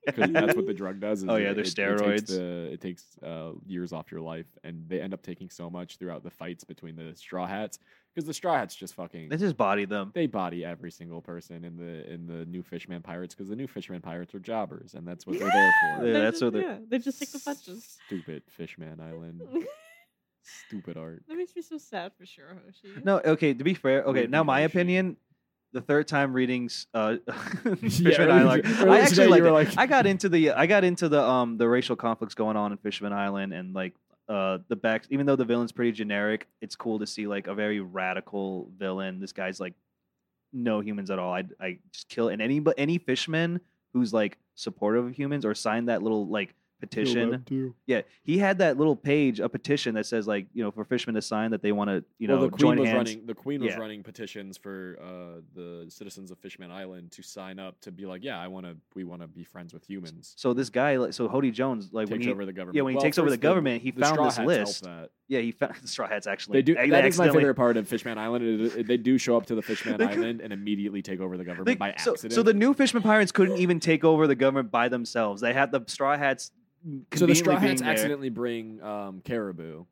C: because that's what the drug does. Is
B: Oh, yeah,
C: it-
B: they're
C: it- It takes,
B: steroids.
C: the- it takes, uh, years off your life, and they end up taking so much throughout the fights between the straw hats because the straw hats just fucking
B: They just body them.
C: they body every single person in the in the new Fishman Pirates because the new Fishman Pirates are jobbers, and that's what they're
B: [LAUGHS]
C: there for.
B: Yeah,
D: They're
B: that's
D: just,
B: what they're-
D: yeah, they just take the punches.
B: [LAUGHS]
C: Stupid Fishman Island. Stupid art.
D: that makes me so sad for sure, Hoshi.
B: No, okay. To be fair, okay.
C: Would
B: Now
C: be
B: my
C: Yoshi.
B: opinion. The third time readings,
C: [LAUGHS]
B: uh, [LAUGHS]
C: Yeah,
B: Fishman
C: earlier-
B: Island.
C: earlier
B: I actually
C: today
B: liked
C: you were
B: it.
C: like
B: I got into the I got into the um the racial conflicts going on in Fisherman Island and like uh the back even though the villain's pretty generic, it's cool to see like a very radical villain. This guy's like no humans at all. I I just kill and any any fishman who's like supportive of humans or signed that little like petition. Yeah, he had that little page, a petition that says like, you know, for fishmen to sign that they want to, you know,
C: well, the queen
B: join
C: was
B: hands.
C: running. The queen was
B: Yeah.
C: running petitions for uh, the citizens of Fishman Island to sign up to be like, yeah, I want to. We want to be friends with humans.
B: So this guy like so Hody Jones like when
C: takes
B: he,
C: over the government.
B: yeah, when he
C: Well,
B: takes over the
C: first
B: government, he
C: the
B: found
C: Straw
B: this
C: Hats help
B: list.
C: that.
B: Yeah, he found [LAUGHS] the Straw Hats actually.
C: They do.
B: I-
C: that is my
B: accidentally-
C: favorite part of Fishman Island. Is is they do show up to the
B: [LAUGHS]
C: Fishman
B: They go-
C: Island and immediately take over the government
B: They-
C: by
B: so,
C: accident.
B: so the new Fishman Pirates couldn't even take over the government by themselves. They had the Straw Hats.
C: So the
B: conveniently
C: Straw
B: being
C: Hats
B: there.
C: accidentally bring um, caribou,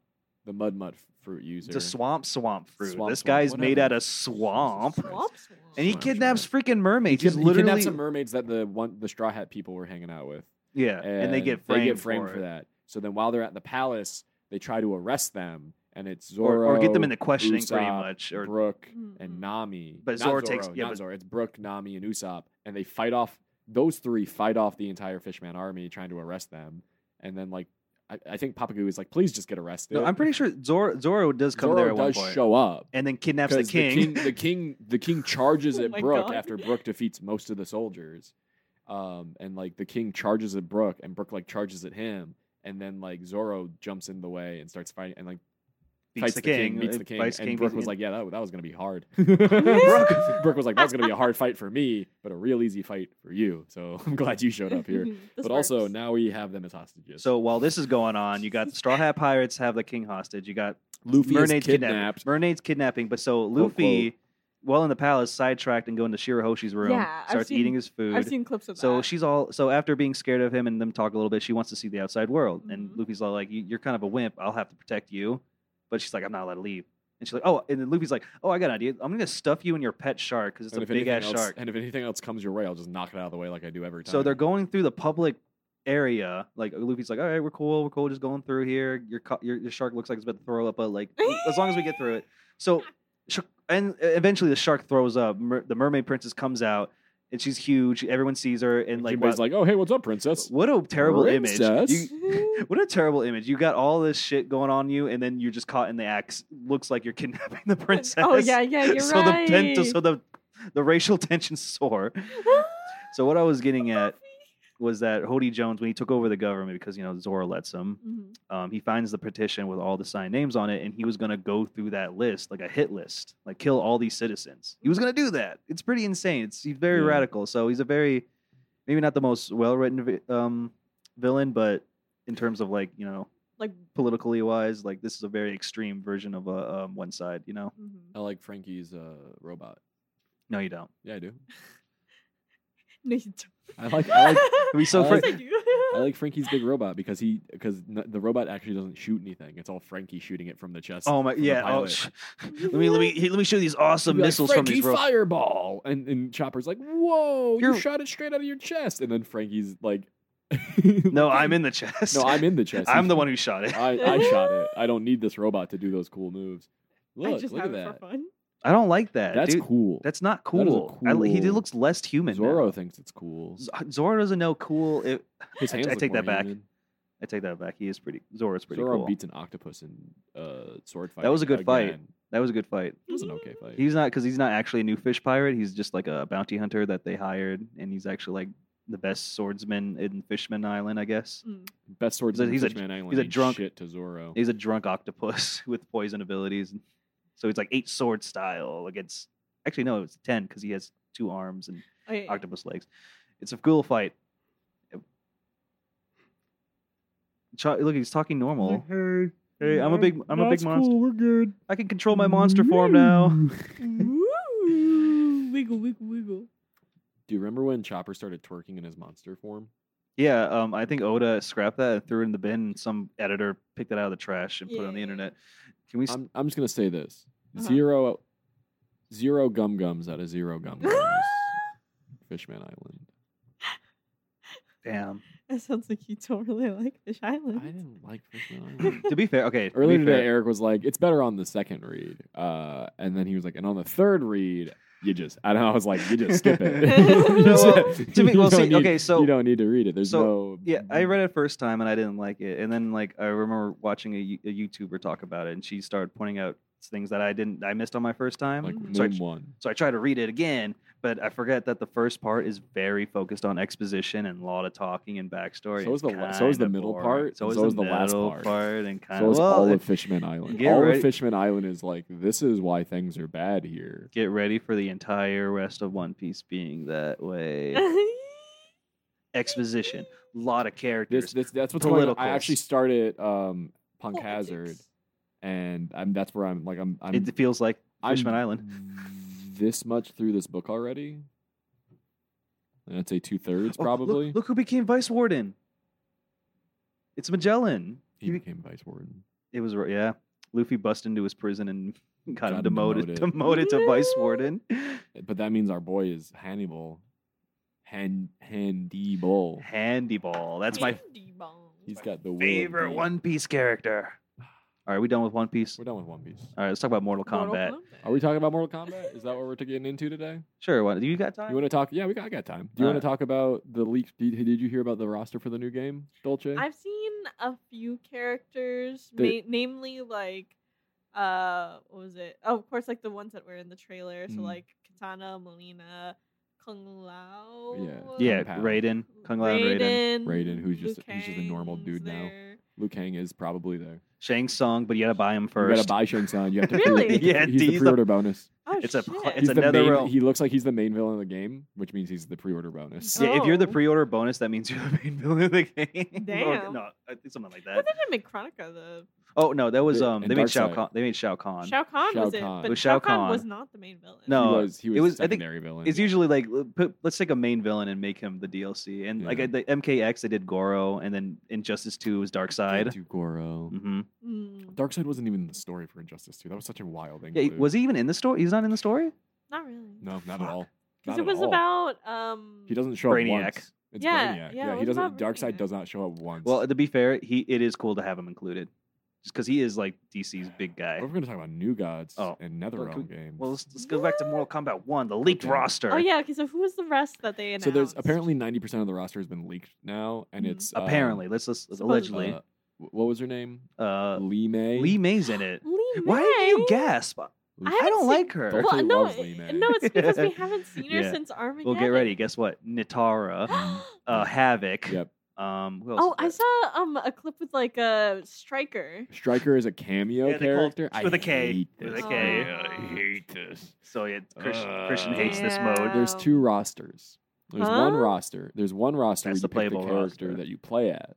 C: the mud mud fruit user.
B: It's a swamp swamp fruit.
C: Swamp,
B: this
C: swamp,
B: guy's made
C: whatever.
B: out of swamp,
C: Jesus Christ.
D: Swamp, swamp.
B: and he
C: Swamp,
B: kidnaps
C: swamp.
B: freaking mermaids.
C: He,
B: He's
C: kid- he
B: literally
C: kidnaps some mermaids that the one the Straw Hat people were hanging out with.
B: yeah, and, they get framed,
C: they get framed
B: for,
C: for,
B: it.
C: that. So then while they're at the palace, they try to arrest them, and it's Zoro
B: or, or get them into questioning pretty
C: Usopp,
B: much. Or
C: Brooke
D: Mm.
C: and Nami.
B: But
C: Not
B: Zoro takes- yeah,
C: not
B: but-
C: Zoro. It's Brooke, Nami, and Usopp, and they fight off. Those three fight off the entire Fishman army trying to arrest them, and then like I, I think Papagu is like, please just get arrested.
B: no, I'm pretty sure Zoro, Zoro does come
C: Zoro
B: there at one
C: does
B: point,
C: show up.
B: and then kidnaps the
C: 'Cause
B: king. [LAUGHS]
C: The king, the king, the king charges
D: Oh
C: at
D: my
C: Brooke
D: God.
C: after Brooke defeats most of the soldiers, um, and like the king charges at Brooke, and Brooke like charges at him, and then like Zoro jumps in the way and starts fighting, and like
B: beats
C: fights
B: the king,
C: beats
B: uh,
C: the king,
B: fights
C: and
B: king,
C: Brooke
B: beats-
C: was like, "Yeah, that, that was gonna
B: [LAUGHS]
C: be hard." Brooke, Brooke was like, "That was gonna be a hard fight for me, but a real easy fight for you." So [LAUGHS] I'm glad you showed up
B: [LAUGHS]
C: here.
D: [LAUGHS] This
C: but also
D: works.
C: now we have them as hostages.
B: So while this is going on, you got the Straw Hat Pirates have the king hostage. You got
C: Luffy
B: Mermaid's
C: is kidnapped.
B: Kidnapping. Mermaid's kidnapping. But so Luffy, while in the palace, sidetracked and go into Shirahoshi's room.
D: Yeah, I've
B: starts
D: seen-
B: eating his food.
D: I've seen clips of
B: so [LAUGHS]
D: that.
B: she's all so after being scared of him and them talk a little bit, she wants to see the outside world. And
D: Mhm.
B: Luffy's all like, "You- "You're kind of a wimp. I'll have to protect you." But she's like, "I'm not allowed to leave." And she's like, "Oh," and then Luffy's like, "Oh, I got an idea. I'm gonna stuff you and your pet shark because it's
C: and
B: a
C: if
B: big
C: anything
B: ass
C: else-
B: shark."
C: And if anything else comes your way, I'll just knock it out of the way like I do every time.
B: So they're going through the public area. Like Luffy's like, all right, we're cool, we're cool, just going through here. Your co- your, your shark looks like it's about to throw up, but like as long as we get through it.
D: [LAUGHS]
B: So, sh- and e, eventually the shark throws up. Mer- the mermaid princess comes out, and she's huge. Everyone sees her, and like,
C: Jinbei's
B: wow,
C: like, oh hey, what's up, princess?
B: what a terrible image.
C: Princess?
B: You- what a terrible image. You got all this shit going on you, and then you're just caught in the axe. Looks like you're kidnapping the [LAUGHS] princess.
D: [LAUGHS] Oh yeah,
B: [LAUGHS]
D: yeah, you're
B: so
D: right.
B: the pen-
D: [LAUGHS]
B: so the the racial [LAUGHS] tension soar. So what I was getting at was that Hody Jones, when he took over the government, because you know Zora lets him,
D: Mhm.
B: um, he finds the petition with all the signed names on it, and he was going to go through that list like a hit list, like kill all these citizens. He was going to do that. It's pretty insane. It's he's very
C: Yeah.
B: radical. So he's a very maybe not the most well written um, villain, but in terms of like you know
D: Like,
B: politically wise, like this is a very extreme version of a um, one side. You know,
D: mhm.
C: I like Frankie's uh, robot.
B: no, you don't.
C: Yeah, I [LAUGHS] do.
D: no, you don't.
C: I like I like
B: [LAUGHS] It'd be so
C: I
B: fr-
D: Yes, I do.
C: I like Frankie's big robot because he because n- the robot actually doesn't shoot anything. It's all Frankie shooting it from the chest.
B: Oh my
C: from the
B: yeah! Oh,
C: pilot.
B: sh- [LAUGHS] let me let me here, let me show these
C: He'd
B: awesome
C: be like,
B: missiles from
C: Frankie
B: these. Ro-
C: fireball, and and Chopper's like, whoa, you
B: You're-
C: shot it straight out of your chest, and then Frankie's like, [LAUGHS]
B: no, I'm in the chest.
C: no, I'm
B: [LAUGHS]
C: in the chest.
B: I'm the one who shot it.
C: [LAUGHS] I, I shot it. I don't need this robot to do those cool moves. Look,
D: I just
C: look
D: have
C: at
D: it
C: that.
D: for fun.
B: I don't like that.
C: That's
B: dude.
C: cool.
B: That's not
C: is a
B: cool. I li- he
C: cool-
B: looks less human. now.
C: Zoro thinks it's cool.
B: Z- Zoro doesn't know cool. It,
C: His
B: I-
C: hands
B: I
C: look
B: take that
C: more
B: back.
C: human.
B: I take that back. He is pretty. Zoro's pretty
C: Zoro
B: cool.
C: beats an octopus in uh, sword fight.
B: That was a good fight. that was a good fight.
C: It was an
B: Mm.
C: okay fight.
B: He's not because he's not actually a new fish pirate. He's just like a bounty hunter that they hired, and he's actually like the best swordsman in Fishman Island, I guess.
D: Mm.
C: Best swords.
B: He's a-
C: in
B: he's a-
C: Fishman Island.
B: he's a
C: ain't
B: drunk-
C: shit to Zorro.
B: He's a drunk octopus [LAUGHS] with poison abilities. So he's like eight sword style against. Actually, no, it's ten because he has two arms and
D: Oh, yeah, yeah.
B: octopus legs. It's a cool fight. Ch- look, he's talking normal.
C: hey,
B: Hey, I'm a big, I'm a big monster.
C: We're good.
B: I can control my monster form now.
D: Woo! wiggle, wiggle, wiggle.
C: Do you remember when Chopper started twerking in his monster form?
B: Yeah, um, I think Oda scrapped that and threw it in the bin. and Some editor picked it out of the trash and put it on the
D: Yeah.
B: internet. Can we? s-
C: I'm, I'm just gonna say this:
D: Uh-huh.
C: zero, zero gum gums out of zero gum
B: [LAUGHS]
C: gums. Fishman Island.
B: [LAUGHS]
C: [LAUGHS]
B: Damn.
D: That sounds like you don't really like Fish Island.
C: I didn't like Fishman Island.
B: to be fair, okay. to be
C: Earlier today,
B: fair,
C: Eric was like, "It's better on the second read," uh, and then he was like, "And on the third read, you just," and I was like, "You just skip it." [LAUGHS]
D: You know
B: what? [LAUGHS] To me-
C: You
B: well,
C: don't
B: see,
C: need-
B: okay, so-
C: you don't need to read it. There's no.
B: yeah, I read it first time and I didn't like it, and then like I remember watching a, Yo- a YouTuber talk about it, and she started pointing out things that I didn't, I missed on my first time.
C: like
D: Mhm.
B: so, I,
C: name
B: tr-
C: one.
B: so I tried to read it again, but I forget that the first part is very focused on exposition and a lot of talking and backstory.
C: So is the
B: It's
C: la- so is the
B: kinda
C: middle
B: boring.
C: part,
B: So
C: and
B: is
C: so
B: the,
C: is the last
B: middle
C: part.
B: and kind
C: So
B: of
C: it's
B: Uh, well,
C: all
B: it-
C: of Fishman Island.
B: get
C: All
B: ready-
C: of Fishman Island is like this is why things are bad here.
B: get ready for the entire rest of One Piece being that
D: [LAUGHS]
B: way. Exposition, a lot of characters.
C: This, this that's what's going on. I
B: Politicals.
C: actually started um, Punk
D: Politics.
C: Hazard, and I'm, that's where I'm like I'm I'm,
B: it feels like
C: I'm
B: Fishman Island.
C: This much through this book already. And I'd say two thirds
B: Oh, look-
C: probably.
B: look, who became vice warden. It's Magellan.
C: He became vice warden.
B: It was yeah. Luffy bust into his prison and [LAUGHS] got, him
C: Got
B: demoted,
C: demoted.
B: demoted to vice warden.
C: But that means our boy is Hannibal. Han Handy Bull.
B: Handy ball. That's my
D: Candy bone.
C: He's got the will of
B: favorite
C: the-
B: One Piece character. All right, we done with One Piece.
C: We're done with One Piece.
B: All right, let's talk about Mortal
D: Mortal
B: Kombat.
D: Kombat.
C: Are we talking about Mortal Kombat? Is that what we're getting into today?
B: Sure. What, you got time?
C: You want to talk? Yeah, we got, I got time. Do you want
B: Alright.
C: to talk about the leaks? Did, did you hear about the roster for the new game, Dolce?
D: I've seen a few characters,
C: They-
D: ma- namely like, uh, what was it? Oh, of course, like the ones that were in the trailer. So
C: Mm.
D: like Katana, Melina, Kung Lao.
B: yeah,
C: Kung Pao.
B: Raiden, Kung Lao, and Raiden,
C: Raiden, who's
D: Liu
C: just- he's just a normal
D: Kang's
C: dude now.
D: there.
C: Luke Kang is probably there.
B: Shang Tsung, but you gotta buy him
C: You
B: first.
C: gotta buy Shang Tsung. You have
D: [LAUGHS]
C: to
D: Really?
C: Pre-
B: Yeah,
C: he's the
B: he's the-
C: pre-order bonus.
D: Oh,
B: It's a-
D: shit.
B: it's
C: he's
B: a
C: the main,
B: Netherrealm.
C: He looks like he's the main villain of the game, which means he's the pre-order bonus.
B: Yeah, if you're the
D: Oh.
B: pre-order bonus, that means you're the main villain of the game. [LAUGHS] or,
D: Damn.
B: no, I think something like
D: But
B: that.
D: they didn't make Chronica the
B: Oh no, that was
C: The-
B: um.
C: and
B: They made
C: Darkseid.
B: Shao Kahn. They made Shao Kahn.
D: Shao Kahn
C: Shao
D: was it,
C: Kahn.
B: It
D: but
B: was Shao
D: Shao Kahn
B: Kahn.
D: was not the main villain.
B: [LAUGHS] No,
C: he was. He was.
B: it was- I think
C: secondary villain.
B: It's usually like l- put, let's take a main villain and make him the DLC. And like
C: Yeah.
B: at the MKX, they did Goro, and then Injustice Two was Dark Side.
C: to Goro.
B: Mm-hmm.
D: Mm,
C: Darkseid wasn't even in the story for Injustice 2. That was such a wild thing.
B: Yeah, he- was he even in the story? He's not in the story.
D: not really.
C: No, not
B: Fuck.
C: at all. Not
D: because it
C: at
D: was
C: all.
D: about um.
C: He doesn't show
B: Brainiac.
C: up once. It's
D: Yeah,
C: Brainiac.
D: yeah, it
C: he
D: was
C: doesn't.
D: about
C: Darkseid
D: Brainiac.
C: does not show up once.
B: Well, to be fair, he it is cool to have him included, just because he is like DC's big guy.
C: we're going to talk about New Gods
B: Oh.
C: and
B: Well, can
C: Netherrealm
B: we-
C: games.
B: Well, let's, let's go back to Mortal Kombat One, the leaked
C: Okay.
B: roster.
D: Oh yeah. Okay, so who was the rest that they announced?
C: so there's apparently 90% of the roster has been leaked now, and
D: Mhm.
C: it's um,
B: Apparently, let's, let's
D: Supposedly.
B: allegedly,
C: uh, wh- what was her name?
B: uh,
C: Lee May.
B: Lee May's in it.
D: Lee
B: Why do you
D: May?
B: gasp? I
C: I
D: haven't
B: don't
D: seen-
B: like her.
C: Well,
D: Well,
C: Actually
D: no,
C: loves Lee
D: it-
C: May.
D: no, it's because we haven't seen her
B: Yeah.
D: since Armageddon.
B: Well, get ready.
D: [GASPS]
B: Guess what? Nitara,
C: [GASPS]
B: uh, Havoc.
C: Yep.
B: Um, who else
D: Oh,
B: is
D: I
B: there?
D: saw um a clip with like a striker.
C: Striker is a cameo
B: Yeah, they called-
C: character. I
B: with a K.
C: hate
B: With
C: this.
B: a K.
D: Aw.
E: I hate this.
B: So yeah, Chris,
E: Uh,
B: Christian hates this
D: Yeah.
B: mode.
C: There's two rosters. There's one
D: Oh. Huh?
C: roster. There's one roster
B: That's the
C: where you pick the
B: playable
C: character
B: roster.
C: that you play as.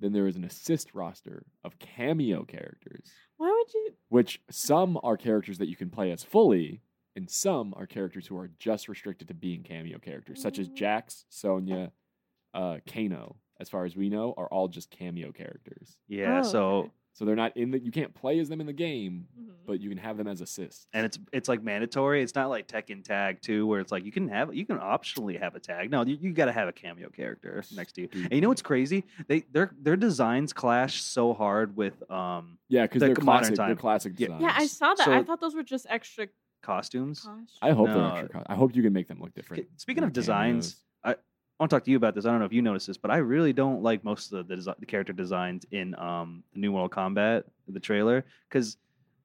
C: Then there is an assist roster of cameo characters,
D: Why would you?
C: which some are characters that you can play as fully, and some are characters who are just restricted to being cameo characters, such as
D: Mm.
C: Jax, Sonya, uh, Kano. As far as we know, are all just cameo characters.
B: Yeah,
D: Oh,
B: so
D: okay.
C: So they're not in the. You can't play as them in the game,
D: Mhm.
C: but you can have them as assists.
B: and it's it's like mandatory. It's not like Tekken Tag too, where it's like you can have you can optionally have a tag. No, you, you got to have a cameo character next to you. And you know what's crazy? They their their designs clash so hard with um
C: Yeah, because
B: The modern
C: they're classic. They're
B: time.
C: classic
B: Yeah.
C: designs.
D: yeah, I saw that. I
B: So-
D: thought those were just extra
B: costumes.
D: costumes.
C: I hope they're
B: No.
C: extra. co- I hope you can make them look different.
B: Okay, Speaking
C: than
B: of designs,
C: cameos.
B: I want to talk to you about this. I don't know if you noticed this, but I really don't like most of the desi- the character designs in um the new Mortal Kombat the trailer because.